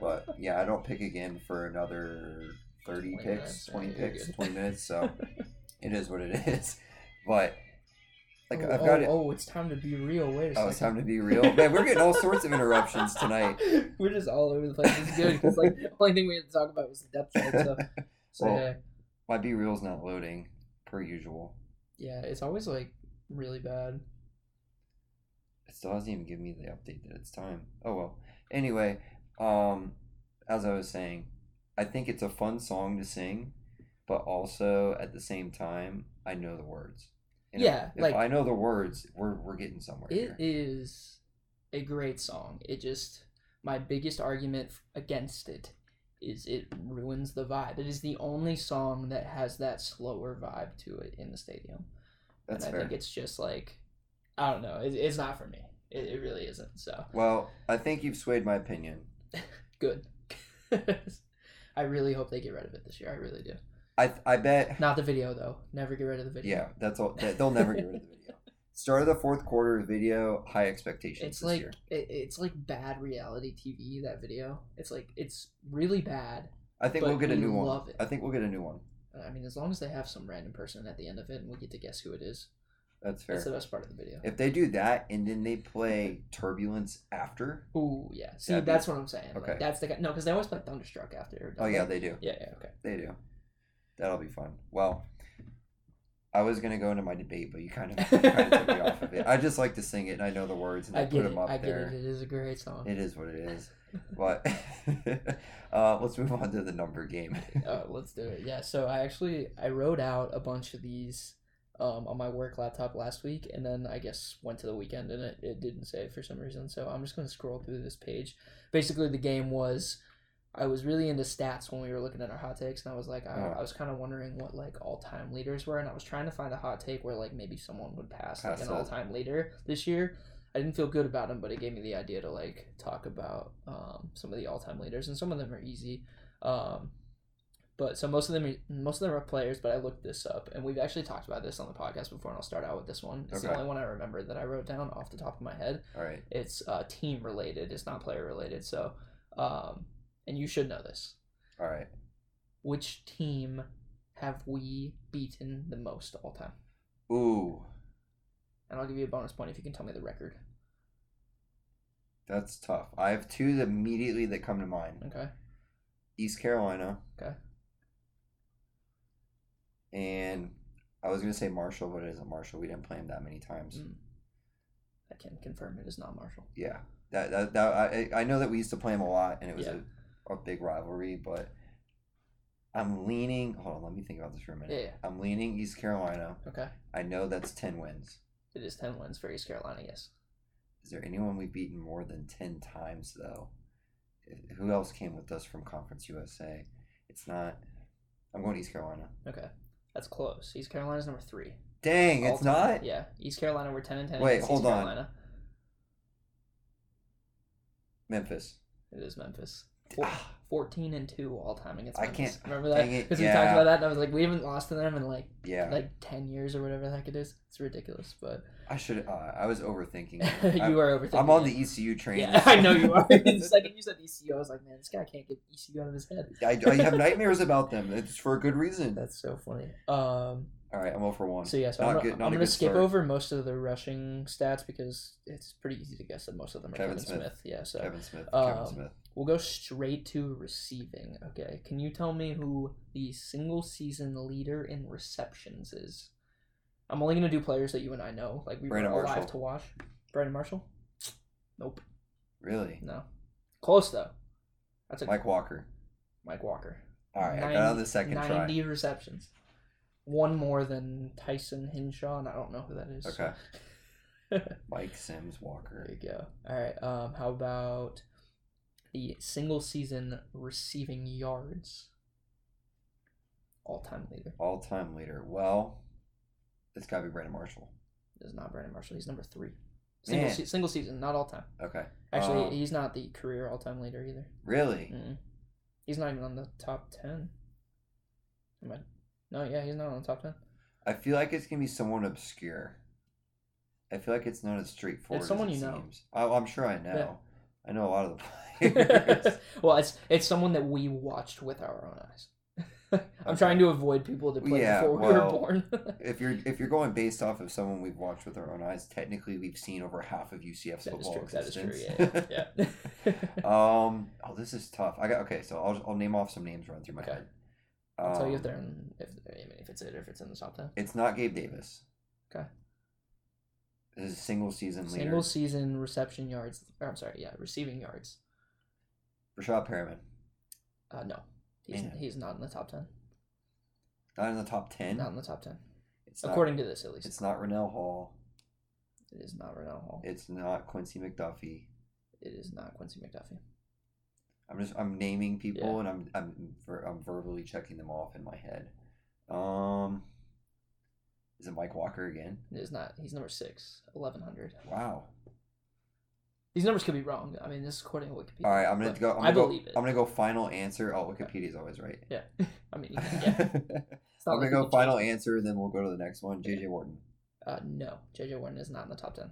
Speaker 1: But yeah, I don't pick again for another thirty
Speaker 2: 20
Speaker 1: picks,
Speaker 2: minutes,
Speaker 1: twenty
Speaker 2: yeah, you're
Speaker 1: picks,
Speaker 2: good.
Speaker 1: twenty minutes.
Speaker 2: <laughs>
Speaker 1: So it is what it <laughs> is. But like
Speaker 2: oh,
Speaker 1: I've got
Speaker 2: oh,
Speaker 1: it.
Speaker 2: oh, it's time to be real. Wait a
Speaker 1: Oh,
Speaker 2: second.
Speaker 1: it's time to be
Speaker 2: <laughs>
Speaker 1: real. Man, we're getting all sorts of interruptions tonight.
Speaker 2: We're just all over the place. It's good because like the only thing we had to talk about was the depth chart.
Speaker 1: <laughs>
Speaker 2: So, so
Speaker 1: Well-
Speaker 2: yeah,
Speaker 1: My B reel's not loading, per usual.
Speaker 2: yeah, it's always like really bad.
Speaker 1: It still hasn't even given me the update that it's time. Oh well. Anyway, um, as I was saying, I think it's a fun song to sing, but also at the same time, I know the words. if-
Speaker 2: Yeah,
Speaker 1: if,
Speaker 2: like-
Speaker 1: I know the words, we're we're getting somewhere.
Speaker 2: It
Speaker 1: here.
Speaker 2: is a great song. It just my biggest argument f- against it is it ruins the vibe. It is the only song that has that slower vibe to it in the stadium.
Speaker 1: That's
Speaker 2: and I
Speaker 1: fair.
Speaker 2: think it's just like I don't know. It, it's not for me. It, it really isn't. So
Speaker 1: well, I think you've swayed my opinion.
Speaker 2: good. <laughs> I really hope they get rid of it this year. I really do.
Speaker 1: I I bet.
Speaker 2: Not the video though. Never get rid of the
Speaker 1: <laughs>
Speaker 2: video.
Speaker 1: Yeah, that's all. That, they'll never get rid of the
Speaker 2: <laughs>
Speaker 1: video. Start of the fourth quarter video, high expectations.
Speaker 2: It's
Speaker 1: this
Speaker 2: like
Speaker 1: year.
Speaker 2: it, it's like bad reality TV. That video. It's like it's really bad.
Speaker 1: I think
Speaker 2: but
Speaker 1: we'll get a
Speaker 2: we
Speaker 1: new one.
Speaker 2: love it.
Speaker 1: I think we'll get a new one.
Speaker 2: I mean, as long as they have some random person at the end of it, and we get to guess who it is.
Speaker 1: That's fair.
Speaker 2: That's the best part of the video.
Speaker 1: If they do that and then they play Turbulence after,
Speaker 2: Ooh, yeah. See,
Speaker 1: That'd be-
Speaker 2: that's what I'm saying.
Speaker 1: okay.
Speaker 2: Like, that's the guy. No, because they always play Thunderstruck after.
Speaker 1: oh
Speaker 2: don't
Speaker 1: yeah,
Speaker 2: They...
Speaker 1: they do.
Speaker 2: Yeah. Yeah. Okay.
Speaker 1: They do. That'll be fun. Well, I was gonna go into my debate, but you kind of, you kind of took me off of it. I just like to sing it, and I know the words, and I,
Speaker 2: I
Speaker 1: put
Speaker 2: get
Speaker 1: them
Speaker 2: it.
Speaker 1: up
Speaker 2: I get
Speaker 1: there.
Speaker 2: it. It is a great song.
Speaker 1: It is what it is. But <laughs> uh, let's move on to the number game.
Speaker 2: uh, let's do it. Yeah. So I actually I wrote out a bunch of these um, on my work laptop last week, and then I guess went to the weekend and it, it didn't save for some reason. So I'm just gonna scroll through this page. Basically, the game was I was really into stats when we were looking at our hot takes, and I was like I,
Speaker 1: Yeah.
Speaker 2: I was kind of wondering what like all time leaders were, and I was trying to find a hot take where like maybe someone would pass like
Speaker 1: Pass
Speaker 2: an
Speaker 1: up.
Speaker 2: all time leader this year. I didn't feel good about them, but it gave me the idea to like talk about um, some of the all time leaders, and some of them are easy. Um, but so most of them, most of them are players. But I looked this up, and we've actually talked about this on the podcast before. And I'll start out with this one. It's the
Speaker 1: Okay.
Speaker 2: only one I remember that I wrote down off the top of my head.
Speaker 1: All right.
Speaker 2: It's uh, team related. It's not player related. So, um, and you should know this.
Speaker 1: All right.
Speaker 2: Which team have we beaten the most all time?
Speaker 1: Ooh,
Speaker 2: And I'll give you a bonus point if you can tell me the record.
Speaker 1: that's tough. I have two that immediately that come to mind.
Speaker 2: Okay.
Speaker 1: East Carolina.
Speaker 2: Okay.
Speaker 1: And I was gonna say Marshall, but it isn't Marshall. We didn't play him that many times.
Speaker 2: Mm. I can confirm it is not Marshall.
Speaker 1: Yeah, that that, that I I know that we used to play him a lot, and it was
Speaker 2: Yeah.
Speaker 1: a, a big rivalry. But I'm leaning. Hold on, let me think about this for a minute.
Speaker 2: Yeah, yeah.
Speaker 1: I'm leaning East Carolina.
Speaker 2: Okay.
Speaker 1: I know that's ten wins.
Speaker 2: It is 10 wins for East Carolina, yes.
Speaker 1: Is there anyone we've beaten more than ten times though? Eh, Who else came with us from Conference USA? It's not. I'm going East Carolina.
Speaker 2: Okay. That's close. East Carolina's number three.
Speaker 1: Dang, it's
Speaker 2: All time.
Speaker 1: not.
Speaker 2: Yeah. East Carolina, we're 10 and 10.
Speaker 1: Wait,
Speaker 2: against
Speaker 1: hold
Speaker 2: East
Speaker 1: on.
Speaker 2: Carolina.
Speaker 1: Memphis.
Speaker 2: It is Memphis. Four-
Speaker 1: Ah,
Speaker 2: 14 and 2 all time against
Speaker 1: I
Speaker 2: Memphis.
Speaker 1: can't-
Speaker 2: Remember that?
Speaker 1: dang it,
Speaker 2: we talked
Speaker 1: yeah.
Speaker 2: about that, and I was like, we haven't lost to them in like
Speaker 1: yeah,
Speaker 2: like 10 years or whatever the heck it is. It's ridiculous, but <laughs>
Speaker 1: I should. Uh, I was overthinking.
Speaker 2: you
Speaker 1: it. I'm,
Speaker 2: are overthinking.
Speaker 1: I'm on
Speaker 2: it.
Speaker 1: the ECU train.
Speaker 2: Yeah, I know
Speaker 1: <laughs>
Speaker 2: you are. the second you said ECU, I was like, man, this guy can't get ECU out of his head.
Speaker 1: I, I have nightmares about them. It's for a good reason.
Speaker 2: That's so funny. Um,
Speaker 1: All right, I'm all for one.
Speaker 2: so yeah, so
Speaker 1: Not
Speaker 2: I'm,
Speaker 1: good-
Speaker 2: I'm
Speaker 1: not a
Speaker 2: gonna
Speaker 1: good
Speaker 2: skip
Speaker 1: start.
Speaker 2: over most of the rushing stats because it's pretty easy to guess that most of them are Kevin,
Speaker 1: Kevin
Speaker 2: Smith.
Speaker 1: Smith.
Speaker 2: Yeah, so
Speaker 1: Kevin Smith.
Speaker 2: Um,
Speaker 1: Kevin Smith.
Speaker 2: we'll go straight to receiving. Okay, can you tell me who the single season leader in receptions is? I'm only gonna do players that you and I know, like we were
Speaker 1: Brandon
Speaker 2: alive
Speaker 1: Marshall.
Speaker 2: to watch. Brandon Marshall. Nope.
Speaker 1: Really?
Speaker 2: No. Close though. That's a Mike,
Speaker 1: Mike Walker.
Speaker 2: Walker.
Speaker 1: All right, I
Speaker 2: 90
Speaker 1: got on the second try.
Speaker 2: 90 receptions. One more than Tyson Hinshaw, and I don't know who that is. <laughs>
Speaker 1: Okay. Mike Sims Walker.
Speaker 2: There you go. All right. Um, how about the single season receiving yards? All time leader.
Speaker 1: All time leader. Well, it's got to be Brandon Marshall.
Speaker 2: It's not Brandon Marshall. He's number three. Single,
Speaker 1: Man.
Speaker 2: se- single season, not all time.
Speaker 1: Okay.
Speaker 2: Actually,
Speaker 1: Um,
Speaker 2: he's not the career all time leader either.
Speaker 1: Really?
Speaker 2: Mm-mm. He's not even on the top 10. Am I? No, yeah, he's not on the
Speaker 1: <laughs>
Speaker 2: top 10.
Speaker 1: I feel like it's going to be someone obscure. I feel like it's not as straightforward
Speaker 2: someone
Speaker 1: as it
Speaker 2: you know.
Speaker 1: seems. I, I'm sure I know.
Speaker 2: Yeah.
Speaker 1: I know a lot
Speaker 2: <laughs>
Speaker 1: of the players.
Speaker 2: <laughs> well, it's it's someone that we watched with our own eyes. <laughs> I'm
Speaker 1: Okay.
Speaker 2: trying to avoid people that played
Speaker 1: Yeah,
Speaker 2: before we
Speaker 1: well,
Speaker 2: were born. <laughs>
Speaker 1: if you're if you're going based off of someone we've watched with our own eyes, technically we've seen over half of UCF's
Speaker 2: That is
Speaker 1: football
Speaker 2: true. That is true.
Speaker 1: existence.
Speaker 2: Yeah. Yeah. yeah.
Speaker 1: <laughs>
Speaker 2: <laughs>
Speaker 1: um. Oh, this is tough. I got okay. So I'll, I'll name off some names. Run through my
Speaker 2: Okay.
Speaker 1: head.
Speaker 2: I'll tell you
Speaker 1: Um,
Speaker 2: if they're in. If I mean, if it's it or if it's in the top ten.
Speaker 1: It's not Gabe Davis.
Speaker 2: Okay.
Speaker 1: This is single season leader.
Speaker 2: Single season reception yards. Or I'm sorry. Yeah, receiving yards.
Speaker 1: Rashad Perriman.
Speaker 2: Uh, no, he's
Speaker 1: Man.
Speaker 2: he's not in the top ten.
Speaker 1: Not in the top ten.
Speaker 2: Not in the top ten,
Speaker 1: it's not,
Speaker 2: according to this at least.
Speaker 1: uh, It's not Rennell Hall.
Speaker 2: It is not Renell Hall.
Speaker 1: It's not Quincy McDuffie.
Speaker 2: it is not Quincy McDuffie.
Speaker 1: I'm just I'm naming people
Speaker 2: Yeah.
Speaker 1: and I'm I'm ver- I'm verbally checking them off in my head. Um. Is it Mike Walker again?
Speaker 2: It is not. He's number six. Eleven hundred.
Speaker 1: Wow.
Speaker 2: These numbers could be wrong. I mean, this is according to Wikipedia.
Speaker 1: All right, I'm gonna
Speaker 2: but
Speaker 1: go. I'm gonna
Speaker 2: I
Speaker 1: go,
Speaker 2: believe it.
Speaker 1: I'm gonna go final answer. Oh, Wikipedia's always right.
Speaker 2: Yeah. <laughs> I mean,
Speaker 1: <laughs>
Speaker 2: yeah. It's not
Speaker 1: I'm gonna
Speaker 2: like
Speaker 1: go
Speaker 2: we can
Speaker 1: final answer, and then we'll go to the next one. JJ Wharton.
Speaker 2: change- Uh, no, JJ Warren is not in the top ten.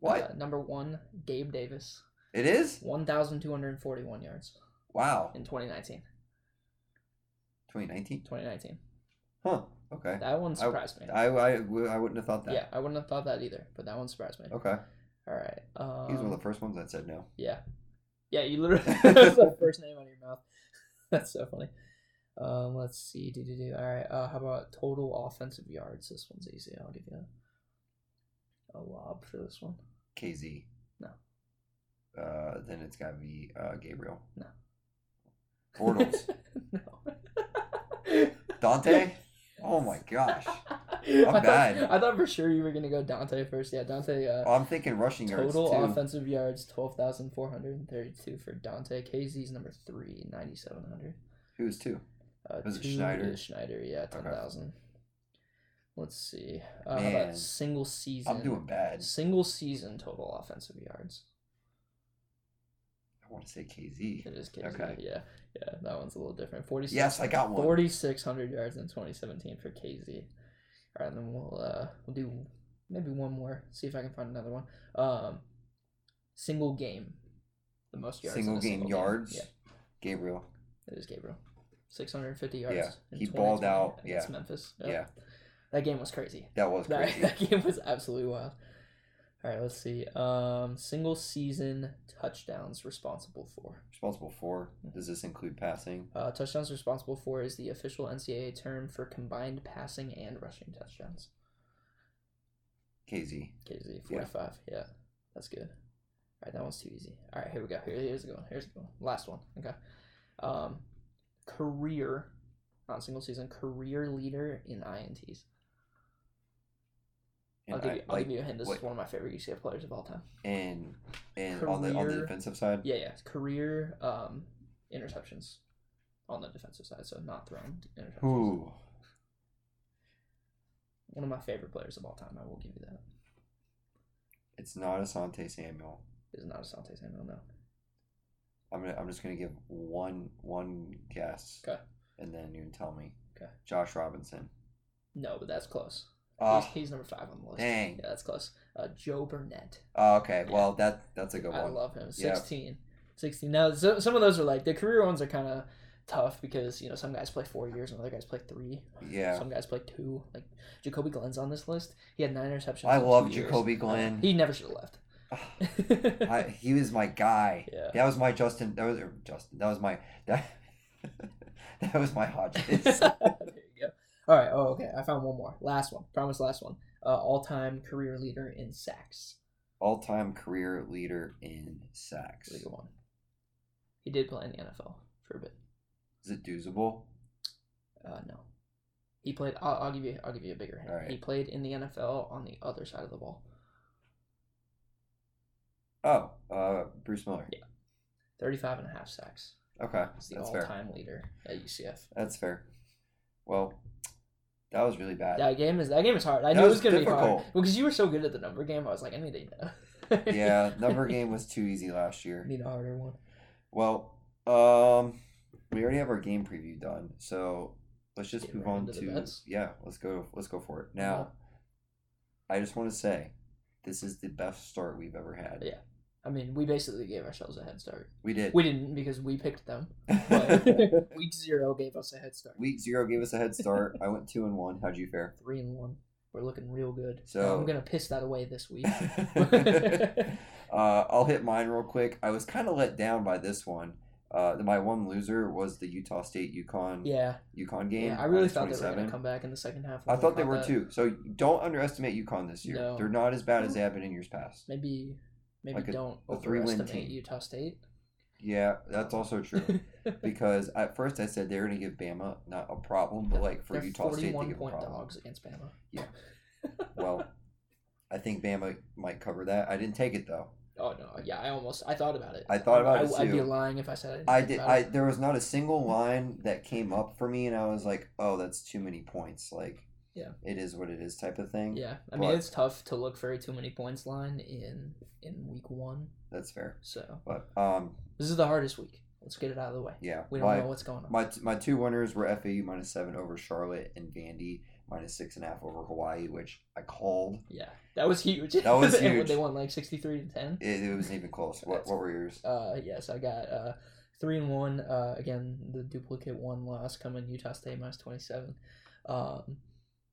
Speaker 1: What?
Speaker 2: Uh, number one, Gabe Davis,
Speaker 1: It is?
Speaker 2: one thousand two hundred forty-one yards.
Speaker 1: Wow.
Speaker 2: in 2019.
Speaker 1: 2019.
Speaker 2: 2019.
Speaker 1: Huh. Okay.
Speaker 2: That one surprised me.
Speaker 1: I, I, w- I wouldn't have thought that.
Speaker 2: yeah, I wouldn't have thought that either, but that one surprised me.
Speaker 1: Okay.
Speaker 2: All right. Um,
Speaker 1: He was one of the first ones that said no.
Speaker 2: Yeah. Yeah, you literally
Speaker 1: <laughs>
Speaker 2: <laughs> that's the first name out of your mouth. <laughs> That's so funny. Um, let's see. Do, do, do. All right. Uh, how about total offensive yards? This one's easy. I'll give you a lob for this one. <laughs>
Speaker 1: KZ.
Speaker 2: No.
Speaker 1: Uh, then it's gotta be uh, Gabriel.
Speaker 2: No. <laughs>
Speaker 1: Bortles.
Speaker 2: no.
Speaker 1: <laughs> Dante. Oh my gosh.
Speaker 2: <laughs> I thought-
Speaker 1: bad.
Speaker 2: I thought for sure you were gonna go Dante first. Yeah, Dante. Uh,
Speaker 1: I'm thinking rushing yards
Speaker 2: Total
Speaker 1: too.
Speaker 2: offensive yards, 12,432 for Dante. KZ's number three, 9,700.
Speaker 1: Who's two?
Speaker 2: Uh,
Speaker 1: Was it
Speaker 2: two
Speaker 1: Schneider?
Speaker 2: is Schneider, yeah, 10,000. Let's see. Uh, how
Speaker 1: Man.
Speaker 2: about single season?
Speaker 1: I'm doing bad.
Speaker 2: Single season total offensive yards.
Speaker 1: I want to say KZ.
Speaker 2: It is KZ.
Speaker 1: Okay.
Speaker 2: Yeah, yeah, that one's a little different. 46,
Speaker 1: Yes, I got one.
Speaker 2: 4,600 yards in 2017 for KZ. All right, and then we'll uh, we'll do maybe one more. See if I can find another one. Um, single game, the most yards. in a
Speaker 1: Single game yards.
Speaker 2: Yeah.
Speaker 1: Gabriel.
Speaker 2: It is Gabriel. 650 yards.
Speaker 1: Yeah,
Speaker 2: in
Speaker 1: he balled
Speaker 2: 2020
Speaker 1: out,
Speaker 2: against
Speaker 1: yeah.
Speaker 2: Memphis.
Speaker 1: Yeah.
Speaker 2: That game was crazy.
Speaker 1: That was
Speaker 2: That, <laughs>
Speaker 1: crazy.
Speaker 2: that game was absolutely wild. All right, let's see. Um, single season touchdowns responsible for.
Speaker 1: Responsible for. Does this include passing?
Speaker 2: Uh, touchdowns responsible for is the official NCAA term for combined passing and rushing touchdowns.
Speaker 1: KZ.
Speaker 2: KZ 45. Yeah. That's good. All right, that one's too easy. All right, here we go. Here, here's the one. Here's the one. Last one. Okay. Um, career not single season, career leader in INTs.
Speaker 1: And
Speaker 2: I'll give,
Speaker 1: I-
Speaker 2: you, I'll
Speaker 1: like,
Speaker 2: give you a hint. This is
Speaker 1: what-
Speaker 2: one of my favorite UCF players of all time.
Speaker 1: and and on the on the
Speaker 2: Career-
Speaker 1: defensive side,
Speaker 2: Yeah, yeah. it's Career um, interceptions on the defensive side, so not thrown interceptions.
Speaker 1: Ooh.
Speaker 2: One of my favorite players of all time. I will give you that.
Speaker 1: it's not Asante Samuel.
Speaker 2: Is not Asante Samuel. No.
Speaker 1: I'm gonna, I'm just gonna give one one guess.
Speaker 2: Okay.
Speaker 1: And then you can tell me.
Speaker 2: Okay.
Speaker 1: Josh Robinson.
Speaker 2: No, but that's close.
Speaker 1: Oh,
Speaker 2: he's, he's number five on the list.
Speaker 1: dang.
Speaker 2: Yeah, that's close. Uh, Joe Burnett.
Speaker 1: oh, okay. Well, that that's a good
Speaker 2: I
Speaker 1: one.
Speaker 2: love him.
Speaker 1: Yeah.
Speaker 2: 16. 16. Now, so, some of those are like the career ones are kind of tough because, you know, some guys play four years and other guys play three.
Speaker 1: yeah.
Speaker 2: Some guys play two. Like Jacoby Glenn's on this list. He had nine interceptions.
Speaker 1: I
Speaker 2: in two
Speaker 1: love
Speaker 2: years.
Speaker 1: Jacoby
Speaker 2: Uh,
Speaker 1: Glenn.
Speaker 2: he never should have left. <laughs>
Speaker 1: Ah, I, he was my guy.
Speaker 2: yeah.
Speaker 1: That was my Justin. That was or Justin. That was my that. <laughs> that was my
Speaker 2: <laughs>
Speaker 1: Hodges. <laughs>
Speaker 2: there you go. All right. Oh, okay. I found one more. Last one. Promise. Last one. Uh, all-time career leader in sacks.
Speaker 1: All time career leader in sacks.
Speaker 2: Really good one. He did play in the NFL for a bit.
Speaker 1: Is it doable?
Speaker 2: Uh, no. He played. I'll, I'll give you. I'll give you a bigger hint.
Speaker 1: All right.
Speaker 2: He played in the NFL on the other side of the ball.
Speaker 1: Oh, uh, Bruce Miller.
Speaker 2: 35 and a half sacks.
Speaker 1: Okay,
Speaker 2: He's the
Speaker 1: that's fair.
Speaker 2: all-time leader at UCF.
Speaker 1: That's fair. Well, that was really bad.
Speaker 2: That game is that game is hard. I
Speaker 1: That
Speaker 2: knew it
Speaker 1: was
Speaker 2: was gonna be hard
Speaker 1: difficult.
Speaker 2: because you were so good at the number game. I was like, I need a <laughs>
Speaker 1: yeah, number game was too easy last year.
Speaker 2: need a harder one.
Speaker 1: Well, um, we already have our game preview done, so let's just
Speaker 2: Get
Speaker 1: move
Speaker 2: right
Speaker 1: on
Speaker 2: into the
Speaker 1: to
Speaker 2: bets.
Speaker 1: yeah. Let's go. Let's go for it now. I just want to say, this is the best start we've ever had.
Speaker 2: Yeah. I mean, we basically gave ourselves a head start.
Speaker 1: We did. <laughs>
Speaker 2: We didn't because we picked them. But <laughs> week zero gave us a head start.
Speaker 1: Week zero gave us a head start. I went two and one. How'd you
Speaker 2: <laughs>
Speaker 1: fare? <laughs>
Speaker 2: Three and one. We're looking real good.
Speaker 1: So-
Speaker 2: I'm gonna piss that away this
Speaker 1: <laughs>
Speaker 2: week.
Speaker 1: uh, I'll hit mine real quick. I was kind of let down by this one. Uh, my one loser was the Utah State Yukon
Speaker 2: yeah.
Speaker 1: Yukon game.
Speaker 2: Yeah. I really
Speaker 1: minus
Speaker 2: thought they were gonna
Speaker 1: 27.
Speaker 2: come back in the second half.
Speaker 1: I thought they
Speaker 2: About
Speaker 1: were
Speaker 2: that.
Speaker 1: too. So don't underestimate UConn this year.
Speaker 2: No.
Speaker 1: They're not as bad as they have been in years past.
Speaker 2: Maybe maybe
Speaker 1: Like a-
Speaker 2: don't
Speaker 1: a three-win
Speaker 2: overestimate
Speaker 1: team.
Speaker 2: Utah State.
Speaker 1: Yeah, that's also
Speaker 2: <laughs>
Speaker 1: true. because at first I said they were going to give Bama not a problem, but like for
Speaker 2: They're
Speaker 1: Utah State, they
Speaker 2: 41
Speaker 1: give a
Speaker 2: point
Speaker 1: problem.
Speaker 2: dogs <laughs> against Bama.
Speaker 1: Well, I think Bama might cover that. I didn't take it though.
Speaker 2: Oh no, yeah, I almost I thought about it.
Speaker 1: I thought about it,
Speaker 2: I'd be
Speaker 1: too.
Speaker 2: lying if I said
Speaker 1: I
Speaker 2: I didn't. think
Speaker 1: did.
Speaker 2: about
Speaker 1: I
Speaker 2: it.
Speaker 1: there was not a single line that came up for me, and I was like, "Oh, that's too many points." Like,
Speaker 2: Yeah.
Speaker 1: it is what it is, type of thing.
Speaker 2: Yeah, I mean
Speaker 1: But-
Speaker 2: it's tough to look for a too many points line in in week one.
Speaker 1: That's fair.
Speaker 2: So
Speaker 1: But um,
Speaker 2: this is the hardest week. Let's get it out of the way.
Speaker 1: yeah.
Speaker 2: We don't
Speaker 1: my-
Speaker 2: know what's going on.
Speaker 1: My my two winners were FAU minus seven over Charlotte and Vandy minus six and a half over Hawaii, which I called.
Speaker 2: yeah, that was huge.
Speaker 1: That was
Speaker 2: <laughs> And
Speaker 1: huge.
Speaker 2: they won like sixty three to ten.
Speaker 1: It, it wasn't even close. What,
Speaker 2: That's-
Speaker 1: what were yours?
Speaker 2: Uh, yes, I got uh three and one. Uh, again the duplicate one loss coming Utah State minus twenty seven. Um,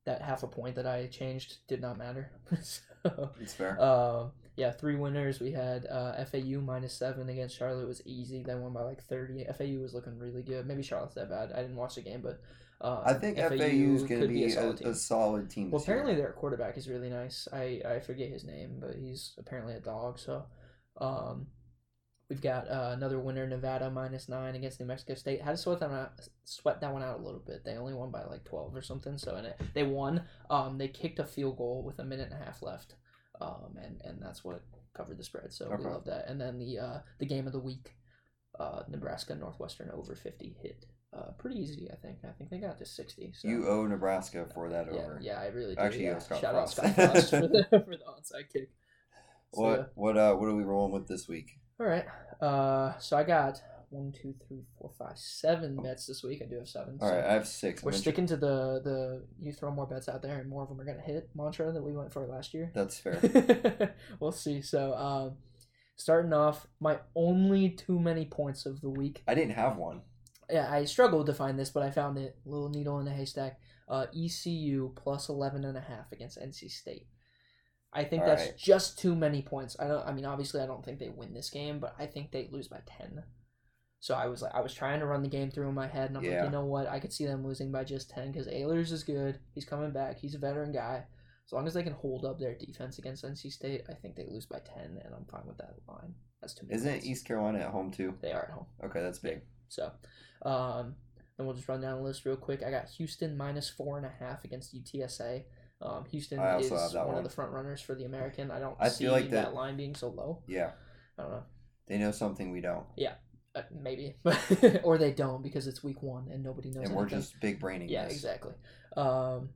Speaker 2: that half a point that I changed did not matter. <laughs> so
Speaker 1: It's fair.
Speaker 2: Um, yeah, three winners. We had uh, FAU minus seven against Charlotte was easy. They won by like thirty. FAU was looking really good. Maybe Charlotte's that bad. I didn't watch the game, but um,
Speaker 1: I think FAU is going to
Speaker 2: could
Speaker 1: be, a,
Speaker 2: solid
Speaker 1: a,
Speaker 2: team.
Speaker 1: solid team.
Speaker 2: well,
Speaker 1: this year.
Speaker 2: apparently their quarterback is really nice. I I forget his name, but he's apparently a dog. So, um, we've got uh, another winner, Nevada minus nine against New Mexico State. Had to sweat that one out, sweat that one out a little bit. They only won by like twelve or something. So and it, they won. Um, they kicked a field goal with a minute and a half left. Um, and and that's what covered the spread. So
Speaker 1: Okay.
Speaker 2: we love that. And then the uh the game of the week, uh, Nebraska Northwestern over fifty hit. Uh, pretty easy, I think. I think they got to sixty. So.
Speaker 1: you owe Nebraska for that
Speaker 2: Yeah,
Speaker 1: over.
Speaker 2: yeah, I really do.
Speaker 1: Actually,
Speaker 2: yeah.
Speaker 1: yeah, Scott
Speaker 2: shout
Speaker 1: Frost.
Speaker 2: out Scott Frost
Speaker 1: <laughs>
Speaker 2: for the, <laughs> for the onside kick. So,
Speaker 1: What what uh what are we rolling with this week?
Speaker 2: All right. Uh, so I got one, two, three, four, five, seven bets this week. I do have seven.
Speaker 1: All
Speaker 2: so
Speaker 1: right, I have six.
Speaker 2: we're
Speaker 1: I'm
Speaker 2: sticking to the the you throw more bets out there and more of them are gonna hit mantra that we went for last year.
Speaker 1: inter- <laughs> That's fair.
Speaker 2: <laughs> we'll see. So um, starting off, my only too many points of the week.
Speaker 1: I didn't have one.
Speaker 2: Yeah, I struggled to find this, but I found it. Little needle in a haystack. Uh, ECU plus 11 and a half against NC State. I think
Speaker 1: All
Speaker 2: that's
Speaker 1: right.
Speaker 2: just too many points. I don't. I mean, obviously, I don't think they win this game, but I think they lose by 10. So I was like, I was trying to run the game through in my head, and I'm
Speaker 1: Yeah.
Speaker 2: like, you know what? I could see them losing by just 10 because Ayler's is good. He's coming back. He's a veteran guy. As long as they can hold up their defense against NC State, I think they lose by 10, and I'm fine with that line. That's too many.
Speaker 1: Isn't E
Speaker 2: points.
Speaker 1: East Carolina at home too?
Speaker 2: They are at home.
Speaker 1: Okay, that's big.
Speaker 2: So, um, And we'll just run down the list real quick. I got Houston minus four and a half against UTSA. Um, Houston
Speaker 1: I also
Speaker 2: is
Speaker 1: have that
Speaker 2: one,
Speaker 1: one.
Speaker 2: of the front runners for the American. I don't
Speaker 1: I
Speaker 2: see
Speaker 1: feel like
Speaker 2: that,
Speaker 1: that-
Speaker 2: line being so low.
Speaker 1: Yeah,
Speaker 2: I don't know.
Speaker 1: they know something we don't,
Speaker 2: Uh, maybe, <laughs> or they don't because it's week one and nobody knows.
Speaker 1: and we're
Speaker 2: anything.
Speaker 1: just big braining.
Speaker 2: Yeah,
Speaker 1: this.
Speaker 2: exactly. Um,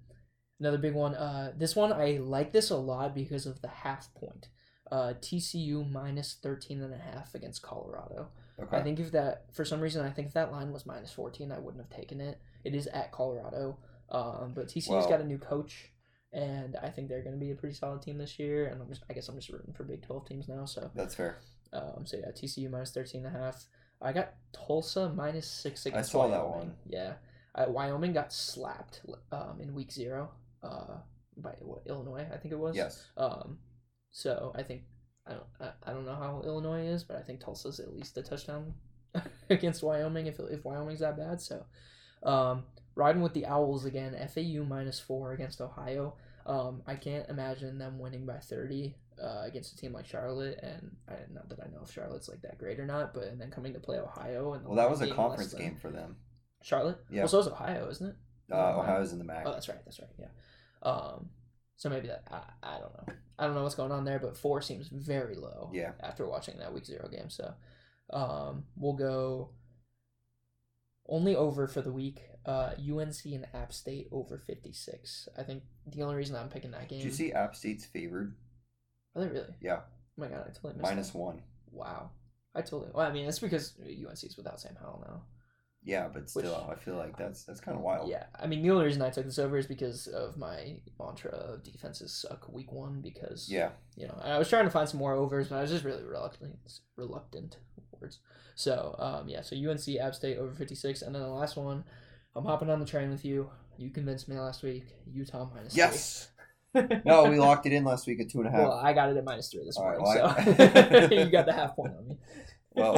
Speaker 2: another big one. Uh, this one I like this a lot because of the half point. Uh, TCU minus 13 and a half against Colorado.
Speaker 1: Okay.
Speaker 2: I think if that for some reason I think if that line was minus 14, I wouldn't have taken it. It is at Colorado. Um, but TCU's
Speaker 1: Well-
Speaker 2: got a new coach and I think they're going to be a pretty solid team this year and I'm just I guess I'm just rooting for Big 12 teams now, so
Speaker 1: That's fair.
Speaker 2: um, so yeah, TCU minus 13 and a half. I got Tulsa minus six against
Speaker 1: saw that
Speaker 2: Wyoming.
Speaker 1: one.
Speaker 2: Yeah. Uh, Wyoming got slapped um, in week zero uh, by what, Illinois, I think it was.
Speaker 1: Yes.
Speaker 2: Um, so I think, I don't, I, I don't know how Illinois is, but I think Tulsa's at least a touchdown <laughs> against Wyoming if, if Wyoming's that bad. So um, riding with the Owls again, FAU minus four against Ohio. Um, I can't imagine them winning by 30 uh, against a team like Charlotte, and I, not that I know if Charlotte's like that great or not, but and then coming to play Ohio and
Speaker 1: Well, that was a
Speaker 2: being less
Speaker 1: conference
Speaker 2: than-
Speaker 1: game for them.
Speaker 2: Charlotte,
Speaker 1: Yeah.
Speaker 2: Well, so is Ohio, isn't it?
Speaker 1: Uh, Ohio's in the MAC.
Speaker 2: Oh, that's right, that's right, yeah. Um, so maybe that I, I don't know, I don't know what's going on there, but four seems very low.
Speaker 1: Yeah.
Speaker 2: After watching that week zero game, so um, we'll go only over for the week. Uh, UNC and App State over fifty six. I think the only reason I'm picking that game.
Speaker 1: Did you see App State's favored?
Speaker 2: Are they really?
Speaker 1: Yeah,
Speaker 2: Oh my god, I totally missed
Speaker 1: minus
Speaker 2: that.
Speaker 1: one.
Speaker 2: Wow. I totally. Well, I mean, it's because UNC is without Sam Howell now.
Speaker 1: Yeah, but
Speaker 2: Which-
Speaker 1: still, I feel like that's that's kind of wild.
Speaker 2: Yeah, I mean, the only reason I took this over is because of my mantra of defenses suck week one because
Speaker 1: Yeah.
Speaker 2: you know and I was trying to find some more overs, but I was just really reluctant, reluctant words. So um, yeah, so UNC App State over fifty six, and then the last one, I'm hopping on the train with you. You convinced me last week. Utah minus three.
Speaker 1: Yes. no, we locked it in last week at two and a half.
Speaker 2: Well, I got it at minus three this
Speaker 1: All right,
Speaker 2: morning,
Speaker 1: well, I- <laughs>
Speaker 2: so <laughs> you got the half point on me.
Speaker 1: Well,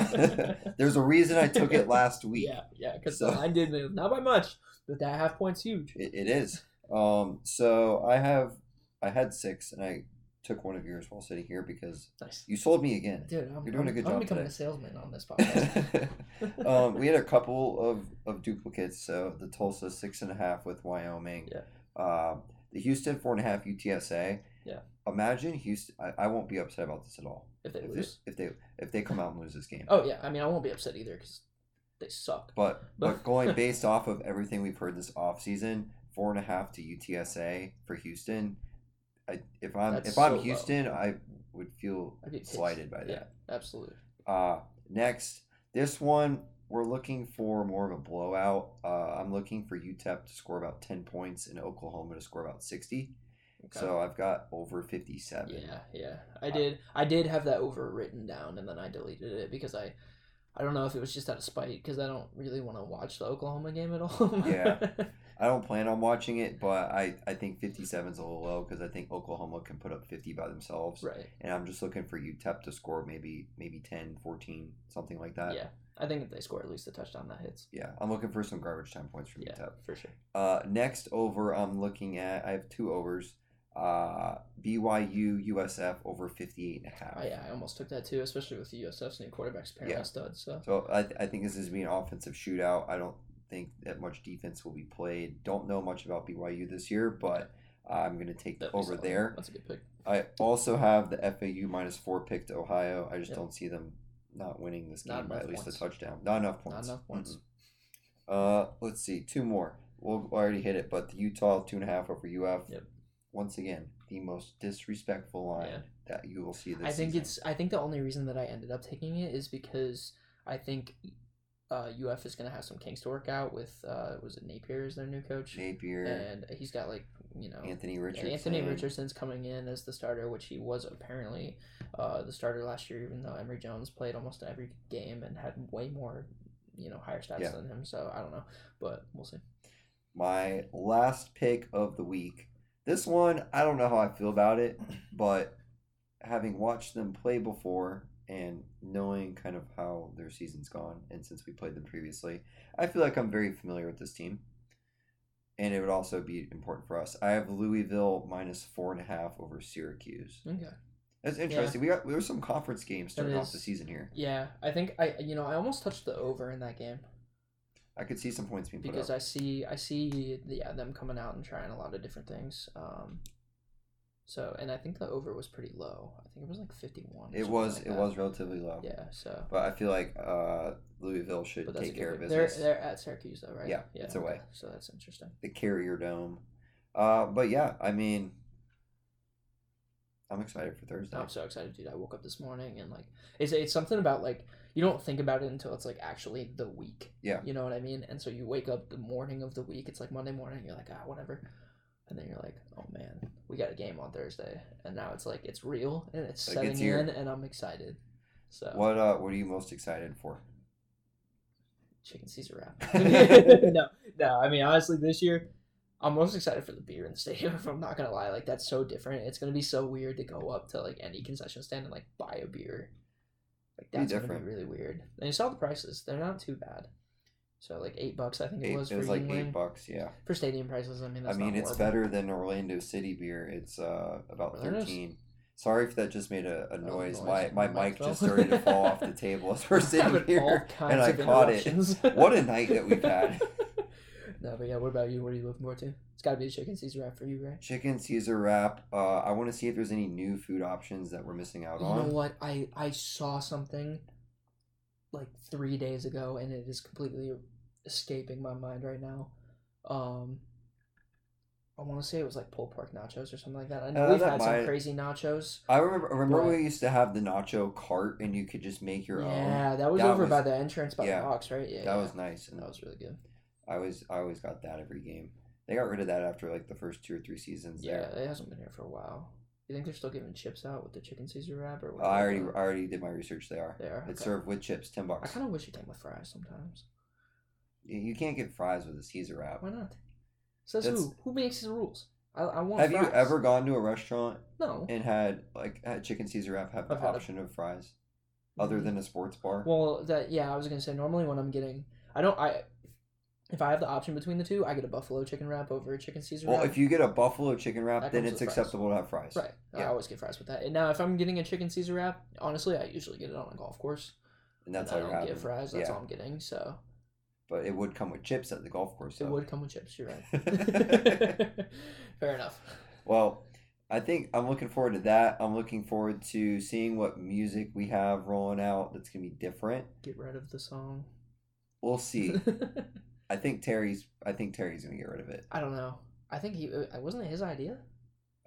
Speaker 1: <laughs> there's a reason I took it last week.
Speaker 2: Yeah, yeah, because
Speaker 1: So-
Speaker 2: the line did move, not by much, but that half point's huge.
Speaker 1: It, it is. Um, so I have, I had six, and I took one of yours while sitting here because
Speaker 2: Nice.
Speaker 1: you sold me again.
Speaker 2: Dude, I'm,
Speaker 1: You're doing a
Speaker 2: I'm-
Speaker 1: good
Speaker 2: I'm
Speaker 1: job
Speaker 2: becoming
Speaker 1: today.
Speaker 2: a salesman
Speaker 1: <laughs>
Speaker 2: on this podcast.
Speaker 1: um, we had a couple of, of duplicates. So the Tulsa six and a half with Wyoming.
Speaker 2: Yeah.
Speaker 1: Um, the Houston four and a half UTSA.
Speaker 2: Yeah.
Speaker 1: Imagine Houston. I, I won't be upset about this at all.
Speaker 2: if they
Speaker 1: If they,
Speaker 2: lose.
Speaker 1: if they if they come out and lose this game.
Speaker 2: Oh, yeah. I mean, I won't be upset either because they suck. <laughs>
Speaker 1: But
Speaker 2: But-
Speaker 1: but going based off of everything we've heard this offseason, four and a half to UTSA for Houston. I, if I'm
Speaker 2: That's
Speaker 1: if
Speaker 2: so
Speaker 1: I'm
Speaker 2: low.
Speaker 1: Houston, I would feel
Speaker 2: I'd be pissed.
Speaker 1: slighted by
Speaker 2: Yeah,
Speaker 1: that.
Speaker 2: absolutely.
Speaker 1: Uh, next, this one we're looking for more of a blowout. Uh, I'm looking for UTEP to score about ten points and Oklahoma to score about sixty.
Speaker 2: Okay.
Speaker 1: So Uh, I've got over fifty-seven.
Speaker 2: Yeah, yeah. I did. I did have that over written down, and then I deleted it because I, I don't know if it was just out of spite because I don't really want to watch the Oklahoma game at <laughs> all.
Speaker 1: Yeah. I don't plan on watching it, but I I think fifty-seven's a little low because I think Oklahoma can put up fifty by themselves.
Speaker 2: right.
Speaker 1: and I'm just looking for UTEP to score maybe maybe 10, 14, something like that.
Speaker 2: yeah. I think if they score at least a touchdown, that hits.
Speaker 1: Yeah, I'm looking for some garbage time points from E
Speaker 2: Yeah,
Speaker 1: UTEP.
Speaker 2: for sure.
Speaker 1: Uh, next over, I'm looking at I have two overs. Uh, BYU USF over 58 and a half.
Speaker 2: Oh, yeah, I almost took that too, especially with the USF's new quarterbacks apparently
Speaker 1: Yeah.
Speaker 2: stud. So
Speaker 1: So I, I think this is being an offensive shootout. I don't think that much defense will be played. Don't know much about BYU this year, but I'm going to take the
Speaker 2: that'd be
Speaker 1: over
Speaker 2: solid.
Speaker 1: there.
Speaker 2: That's a good pick.
Speaker 1: I also have the FAU minus four pick to Ohio. I just
Speaker 2: Yep.
Speaker 1: don't see them not winning this
Speaker 2: Not
Speaker 1: game by
Speaker 2: enough
Speaker 1: at least
Speaker 2: points.
Speaker 1: a touchdown. Not enough
Speaker 2: Not
Speaker 1: points.
Speaker 2: enough points.
Speaker 1: Mm-mm. Uh, let's see, two more. We'll I already hit it, but the Utah two and a half over UF.
Speaker 2: Yep.
Speaker 1: Once again, the most disrespectful line
Speaker 2: Yeah.
Speaker 1: that you will see this.
Speaker 2: I think
Speaker 1: season.
Speaker 2: it's. I think the only reason that I ended up taking it is because I think uh, UF is going to have some kinks to work out with. Uh, was it Napier is their new coach,
Speaker 1: Napier,
Speaker 2: and he's got like you know
Speaker 1: Anthony Richardson.
Speaker 2: Anthony Richardson's coming in as the starter, which he was apparently uh, the starter last year, even though Emory Jones played almost every game and had way more, you know, higher stats
Speaker 1: Yeah.
Speaker 2: than him. So I don't know, but we'll see.
Speaker 1: My last pick of the week. This one, I don't know how I feel about it, but having watched them play before and knowing kind of how their season's gone, and since we played them previously, I feel like I'm very familiar with this team. And it would also be important for us. I have Louisville minus four and a half over Syracuse.
Speaker 2: Okay.
Speaker 1: That's interesting. We got there were some conference games starting off the
Speaker 2: is.
Speaker 1: season here.
Speaker 2: Yeah, I think I you know I almost touched the over in that game.
Speaker 1: I could see some points being put
Speaker 2: because
Speaker 1: up.
Speaker 2: I see I see the, yeah, them coming out and trying a lot of different things. Um, so and I think the over was pretty low. I think it was like fifty one.
Speaker 1: it was it was relatively low.
Speaker 2: Yeah. So.
Speaker 1: But I feel like uh, Louisville should
Speaker 2: But that's
Speaker 1: take
Speaker 2: a good
Speaker 1: care of
Speaker 2: win.
Speaker 1: business.
Speaker 2: They're they're at Syracuse though, right?
Speaker 1: Yeah, it's away.
Speaker 2: okay. So that's interesting.
Speaker 1: The Carrier Dome. Uh, but yeah, I mean, I'm excited for Thursday.
Speaker 2: I'm so excited, dude. I woke up this morning and like it's it's something about like you don't think about it until it's like actually the week.
Speaker 1: Yeah.
Speaker 2: You know what I mean? And so you wake up the morning of the week, it's like Monday morning, you're like, ah, whatever. And then you're like, oh man, we got a game on Thursday. And now it's like it's real and it's
Speaker 1: Like,
Speaker 2: setting
Speaker 1: it's here.
Speaker 2: in and I'm excited. So
Speaker 1: What uh, what are you most excited for?
Speaker 2: chicken Caesar
Speaker 1: <laughs>
Speaker 2: wrap. <laughs> no, no. I mean, honestly, this year, I'm most excited for the beer in the stadium. <laughs> If I'm not gonna lie, like that's so different. It's gonna be so weird to go up to like any concession stand and like buy a beer. Like
Speaker 1: Be
Speaker 2: that's gonna
Speaker 1: different.
Speaker 2: be really weird. And you saw the prices; they're not too bad. So like eight bucks, I think it
Speaker 1: Eight-
Speaker 2: was
Speaker 1: it
Speaker 2: for
Speaker 1: was like
Speaker 2: Yuengling.
Speaker 1: eight bucks. Yeah,
Speaker 2: for stadium prices. I mean, that's
Speaker 1: I mean
Speaker 2: not
Speaker 1: it's
Speaker 2: horrible.
Speaker 1: better than Orlando City beer. It's uh, about
Speaker 2: Orlando's-
Speaker 1: thirteen. Sorry if that just made a, a noise.
Speaker 2: Oh, noise.
Speaker 1: My my
Speaker 2: My
Speaker 1: mic
Speaker 2: mic
Speaker 1: just
Speaker 2: fell.
Speaker 1: started to fall
Speaker 2: <laughs>
Speaker 1: off the table as we're
Speaker 2: Having
Speaker 1: sitting
Speaker 2: <laughs> all
Speaker 1: here,
Speaker 2: kinds
Speaker 1: and I
Speaker 2: of
Speaker 1: caught it.
Speaker 2: interruptions.
Speaker 1: <laughs> What a night that we've had.
Speaker 2: <laughs> no, but yeah. What about you? What are you looking forward to? It's got to be the chicken Caesar wrap for you, right?
Speaker 1: Chicken Caesar wrap. Uh, I want to see if there's any new food options that we're missing out
Speaker 2: You
Speaker 1: on.
Speaker 2: know what? I I saw something like three days ago, and it is completely escaping my mind right now. Um, I want to say it was like pulled pork nachos or something like that. I know
Speaker 1: Uh,
Speaker 2: we've
Speaker 1: that
Speaker 2: had
Speaker 1: might-
Speaker 2: some crazy nachos.
Speaker 1: I remember, remember
Speaker 2: But-
Speaker 1: we used to have the nacho cart and you could just make your own.
Speaker 2: Yeah, that was
Speaker 1: That
Speaker 2: over
Speaker 1: was-
Speaker 2: by the entrance by
Speaker 1: yeah,
Speaker 2: the box, right? Yeah,
Speaker 1: That
Speaker 2: yeah.
Speaker 1: was nice, and
Speaker 2: that was really good.
Speaker 1: I always I always got that every game. They got rid of that after like the first two or three seasons.
Speaker 2: Yeah,
Speaker 1: There,
Speaker 2: it hasn't been here for a while. You think they're still giving chips out with the chicken Caesar wrap or? what
Speaker 1: I
Speaker 2: they
Speaker 1: already
Speaker 2: call it?
Speaker 1: I already did my research. They are.
Speaker 2: They are.
Speaker 1: It's
Speaker 2: okay.
Speaker 1: served with chips, ten
Speaker 2: I
Speaker 1: bucks.
Speaker 2: kind of wish it came with fries sometimes.
Speaker 1: You you can't get fries with a Caesar wrap.
Speaker 2: Why not? Says
Speaker 1: That's-
Speaker 2: who? Who makes the rules? I, I want.
Speaker 1: Have you
Speaker 2: fries.
Speaker 1: ever gone to a restaurant
Speaker 2: No.
Speaker 1: and had like had chicken Caesar wrap have the
Speaker 2: I've had it. Mm-hmm.
Speaker 1: option of fries other than a sports bar?
Speaker 2: Well, that yeah, I was gonna say normally when I'm getting, I don't I, if I have the option between the two, I get a buffalo chicken wrap over a chicken Caesar
Speaker 1: Well,
Speaker 2: wrap.
Speaker 1: if you get a buffalo chicken wrap,
Speaker 2: That
Speaker 1: then
Speaker 2: comes
Speaker 1: it's
Speaker 2: with fries.
Speaker 1: acceptable to have fries.
Speaker 2: right, I
Speaker 1: yeah.
Speaker 2: always get fries with that. And now if I'm getting a chicken Caesar wrap, honestly, I usually get it on a golf course.
Speaker 1: and that's
Speaker 2: and
Speaker 1: how
Speaker 2: I
Speaker 1: you're
Speaker 2: don't
Speaker 1: having.
Speaker 2: get
Speaker 1: it.
Speaker 2: fries. That's
Speaker 1: yeah,
Speaker 2: all I'm getting. So
Speaker 1: but it would come with chips at the golf course.
Speaker 2: it
Speaker 1: though.
Speaker 2: would come with
Speaker 1: <laughs>
Speaker 2: chips. You're right. <laughs> Fair enough.
Speaker 1: Well, I think I'm looking forward to that. I'm looking forward to seeing what music we have rolling out that's gonna be different.
Speaker 2: Get rid of the song.
Speaker 1: We'll see. I think Terry's. I think Terry's gonna get rid of it.
Speaker 2: <laughs> I don't know. I think he uh, wasn't it his idea.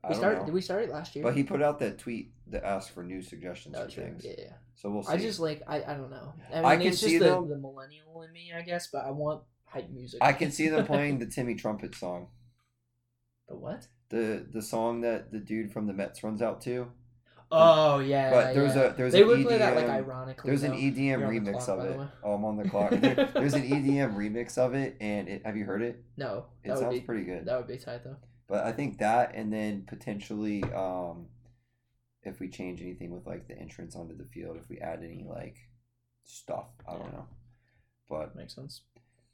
Speaker 1: I
Speaker 2: we
Speaker 1: don't
Speaker 2: started.
Speaker 1: know.
Speaker 2: Did we start it last year?
Speaker 1: But he put out that tweet that asked for new suggestions
Speaker 2: No,
Speaker 1: for
Speaker 2: true.
Speaker 1: things.
Speaker 2: Yeah, yeah.
Speaker 1: So we'll see.
Speaker 2: I just like I, I don't know. I mean,
Speaker 1: I can
Speaker 2: it's
Speaker 1: see
Speaker 2: just the,
Speaker 1: them-
Speaker 2: the millennial in me, I guess, but I want hype music.
Speaker 1: I can see them playing the Timmy Trumpet song.
Speaker 2: <laughs> the what?
Speaker 1: The the song that the dude from the Mets runs out to.
Speaker 2: Oh yeah.
Speaker 1: But
Speaker 2: yeah,
Speaker 1: there's
Speaker 2: yeah.
Speaker 1: a there's
Speaker 2: they
Speaker 1: an
Speaker 2: would
Speaker 1: EDM
Speaker 2: play that like ironically.
Speaker 1: There's an E
Speaker 2: though.
Speaker 1: EDM
Speaker 2: You're on the
Speaker 1: remix
Speaker 2: clock,
Speaker 1: of
Speaker 2: by the
Speaker 1: it.
Speaker 2: way.
Speaker 1: Oh, I'm on
Speaker 2: <laughs>
Speaker 1: the clock. There- there's an EDM remix of it, and it, have you heard it?
Speaker 2: No,
Speaker 1: It
Speaker 2: that would
Speaker 1: sounds
Speaker 2: be
Speaker 1: pretty good.
Speaker 2: that would be tight though.
Speaker 1: But I think that, and then potentially, um, if we change anything with like the entrance onto the field, if we add any like stuff, I don't
Speaker 2: Yeah.
Speaker 1: know. But
Speaker 2: Makes sense.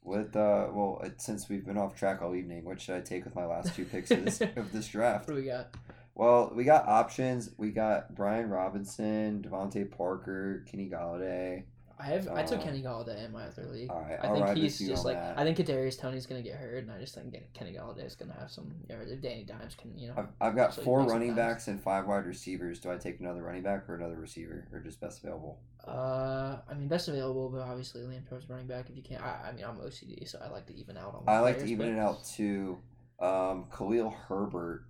Speaker 1: with uh, well, it, since we've been off track all evening, what should I take with my last two picks of
Speaker 2: <laughs>
Speaker 1: this, of this
Speaker 2: What
Speaker 1: draft?
Speaker 2: do we got?
Speaker 1: Well, we got options. We got Brian Robinson, Devontae Parker, Kenny Galladay.
Speaker 2: I have I took
Speaker 1: Uh,
Speaker 2: Kenny Galladay in my other league.
Speaker 1: All right,
Speaker 2: I
Speaker 1: I'll
Speaker 2: think
Speaker 1: ride with
Speaker 2: he's
Speaker 1: you
Speaker 2: just
Speaker 1: on
Speaker 2: like
Speaker 1: that.
Speaker 2: I think Kadarius Tony's gonna get hurt, and I just think Kenny Galladay is gonna have some. Or if Danny Dimes can, you know,
Speaker 1: I've, I've got
Speaker 2: So you
Speaker 1: four
Speaker 2: think
Speaker 1: running
Speaker 2: sometimes-
Speaker 1: backs and five wide receivers. Do I take another running back or another receiver or just best available?
Speaker 2: Uh, I mean, best available, but obviously Liam Torres running back. If you can't, I, I mean, I'm OCD, so I like to even out on. my
Speaker 1: I like to
Speaker 2: players,
Speaker 1: even it
Speaker 2: but
Speaker 1: out too. Um, Khalil Herbert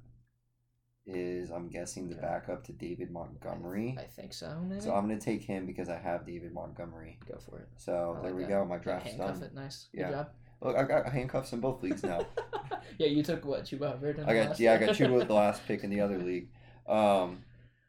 Speaker 1: is, I'm guessing, the
Speaker 2: Okay.
Speaker 1: backup to David Montgomery.
Speaker 2: I think so. Maybe.
Speaker 1: So I'm going to take him because I have David Montgomery.
Speaker 2: go for it.
Speaker 1: So
Speaker 2: I
Speaker 1: Oh, there
Speaker 2: like
Speaker 1: we
Speaker 2: that.
Speaker 1: go. My
Speaker 2: Yeah,
Speaker 1: draft's
Speaker 2: handcuff
Speaker 1: done.
Speaker 2: it. Nice.
Speaker 1: Yeah.
Speaker 2: Good job.
Speaker 1: Look, I got handcuffs in both leagues now.
Speaker 2: yeah, you took what Chuba Hubbard. <laughs> in
Speaker 1: I
Speaker 2: the
Speaker 1: got
Speaker 2: last
Speaker 1: yeah, I
Speaker 2: one?
Speaker 1: got you
Speaker 2: <laughs>
Speaker 1: with the last pick in the other league. Um,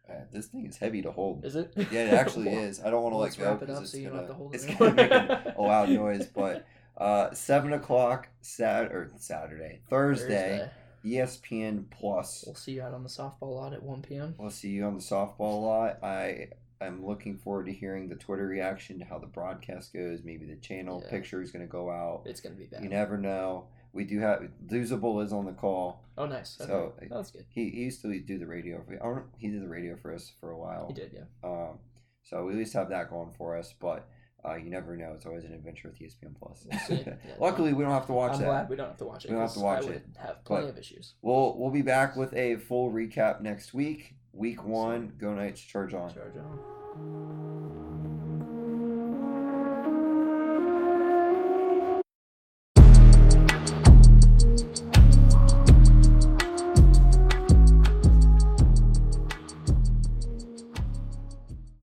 Speaker 1: uh, this thing is heavy to hold.
Speaker 2: Is it?
Speaker 1: Yeah,
Speaker 2: <laughs>
Speaker 1: it actually is. I don't want to
Speaker 2: Well,
Speaker 1: let
Speaker 2: let's
Speaker 1: go
Speaker 2: wrap it up
Speaker 1: because
Speaker 2: so
Speaker 1: it's
Speaker 2: you don't
Speaker 1: gonna
Speaker 2: have to hold it
Speaker 1: it's
Speaker 2: anymore.
Speaker 1: gonna make a, a loud noise.
Speaker 2: <laughs>
Speaker 1: But <laughs> uh, seven o'clock Sat or Saturday Thursday, E ESPN Plus.
Speaker 2: We'll see you out on the softball lot at 1 p.m.
Speaker 1: We'll see you on the softball lot. I am looking forward to hearing the Twitter reaction to how the broadcast goes. Maybe the channel
Speaker 2: Yeah.
Speaker 1: picture is gonna go out.
Speaker 2: It's gonna be bad.
Speaker 1: You never know. We do have Losable is on the call.
Speaker 2: oh, nice. Okay.
Speaker 1: So-
Speaker 2: No, that's good.
Speaker 1: He, he used to do the radio. For, I don't, know- he did the radio for us for a while.
Speaker 2: He did, yeah.
Speaker 1: Um, so we at least have that going for us. But Uh, you never know. It's always an adventure with E ESPN
Speaker 2: <laughs>
Speaker 1: Plus.
Speaker 2: Yeah, yeah.
Speaker 1: <laughs> Luckily, we don't have to watch
Speaker 2: I'm
Speaker 1: that.
Speaker 2: glad we don't have to watch it.
Speaker 1: We don't have
Speaker 2: 'cause
Speaker 1: to watch
Speaker 2: I would
Speaker 1: it,
Speaker 2: Have plenty
Speaker 1: but-
Speaker 2: of issues.
Speaker 1: We'll we'll be back with a full recap next week. Week one. Go Knights. Charge on.
Speaker 2: Charge on.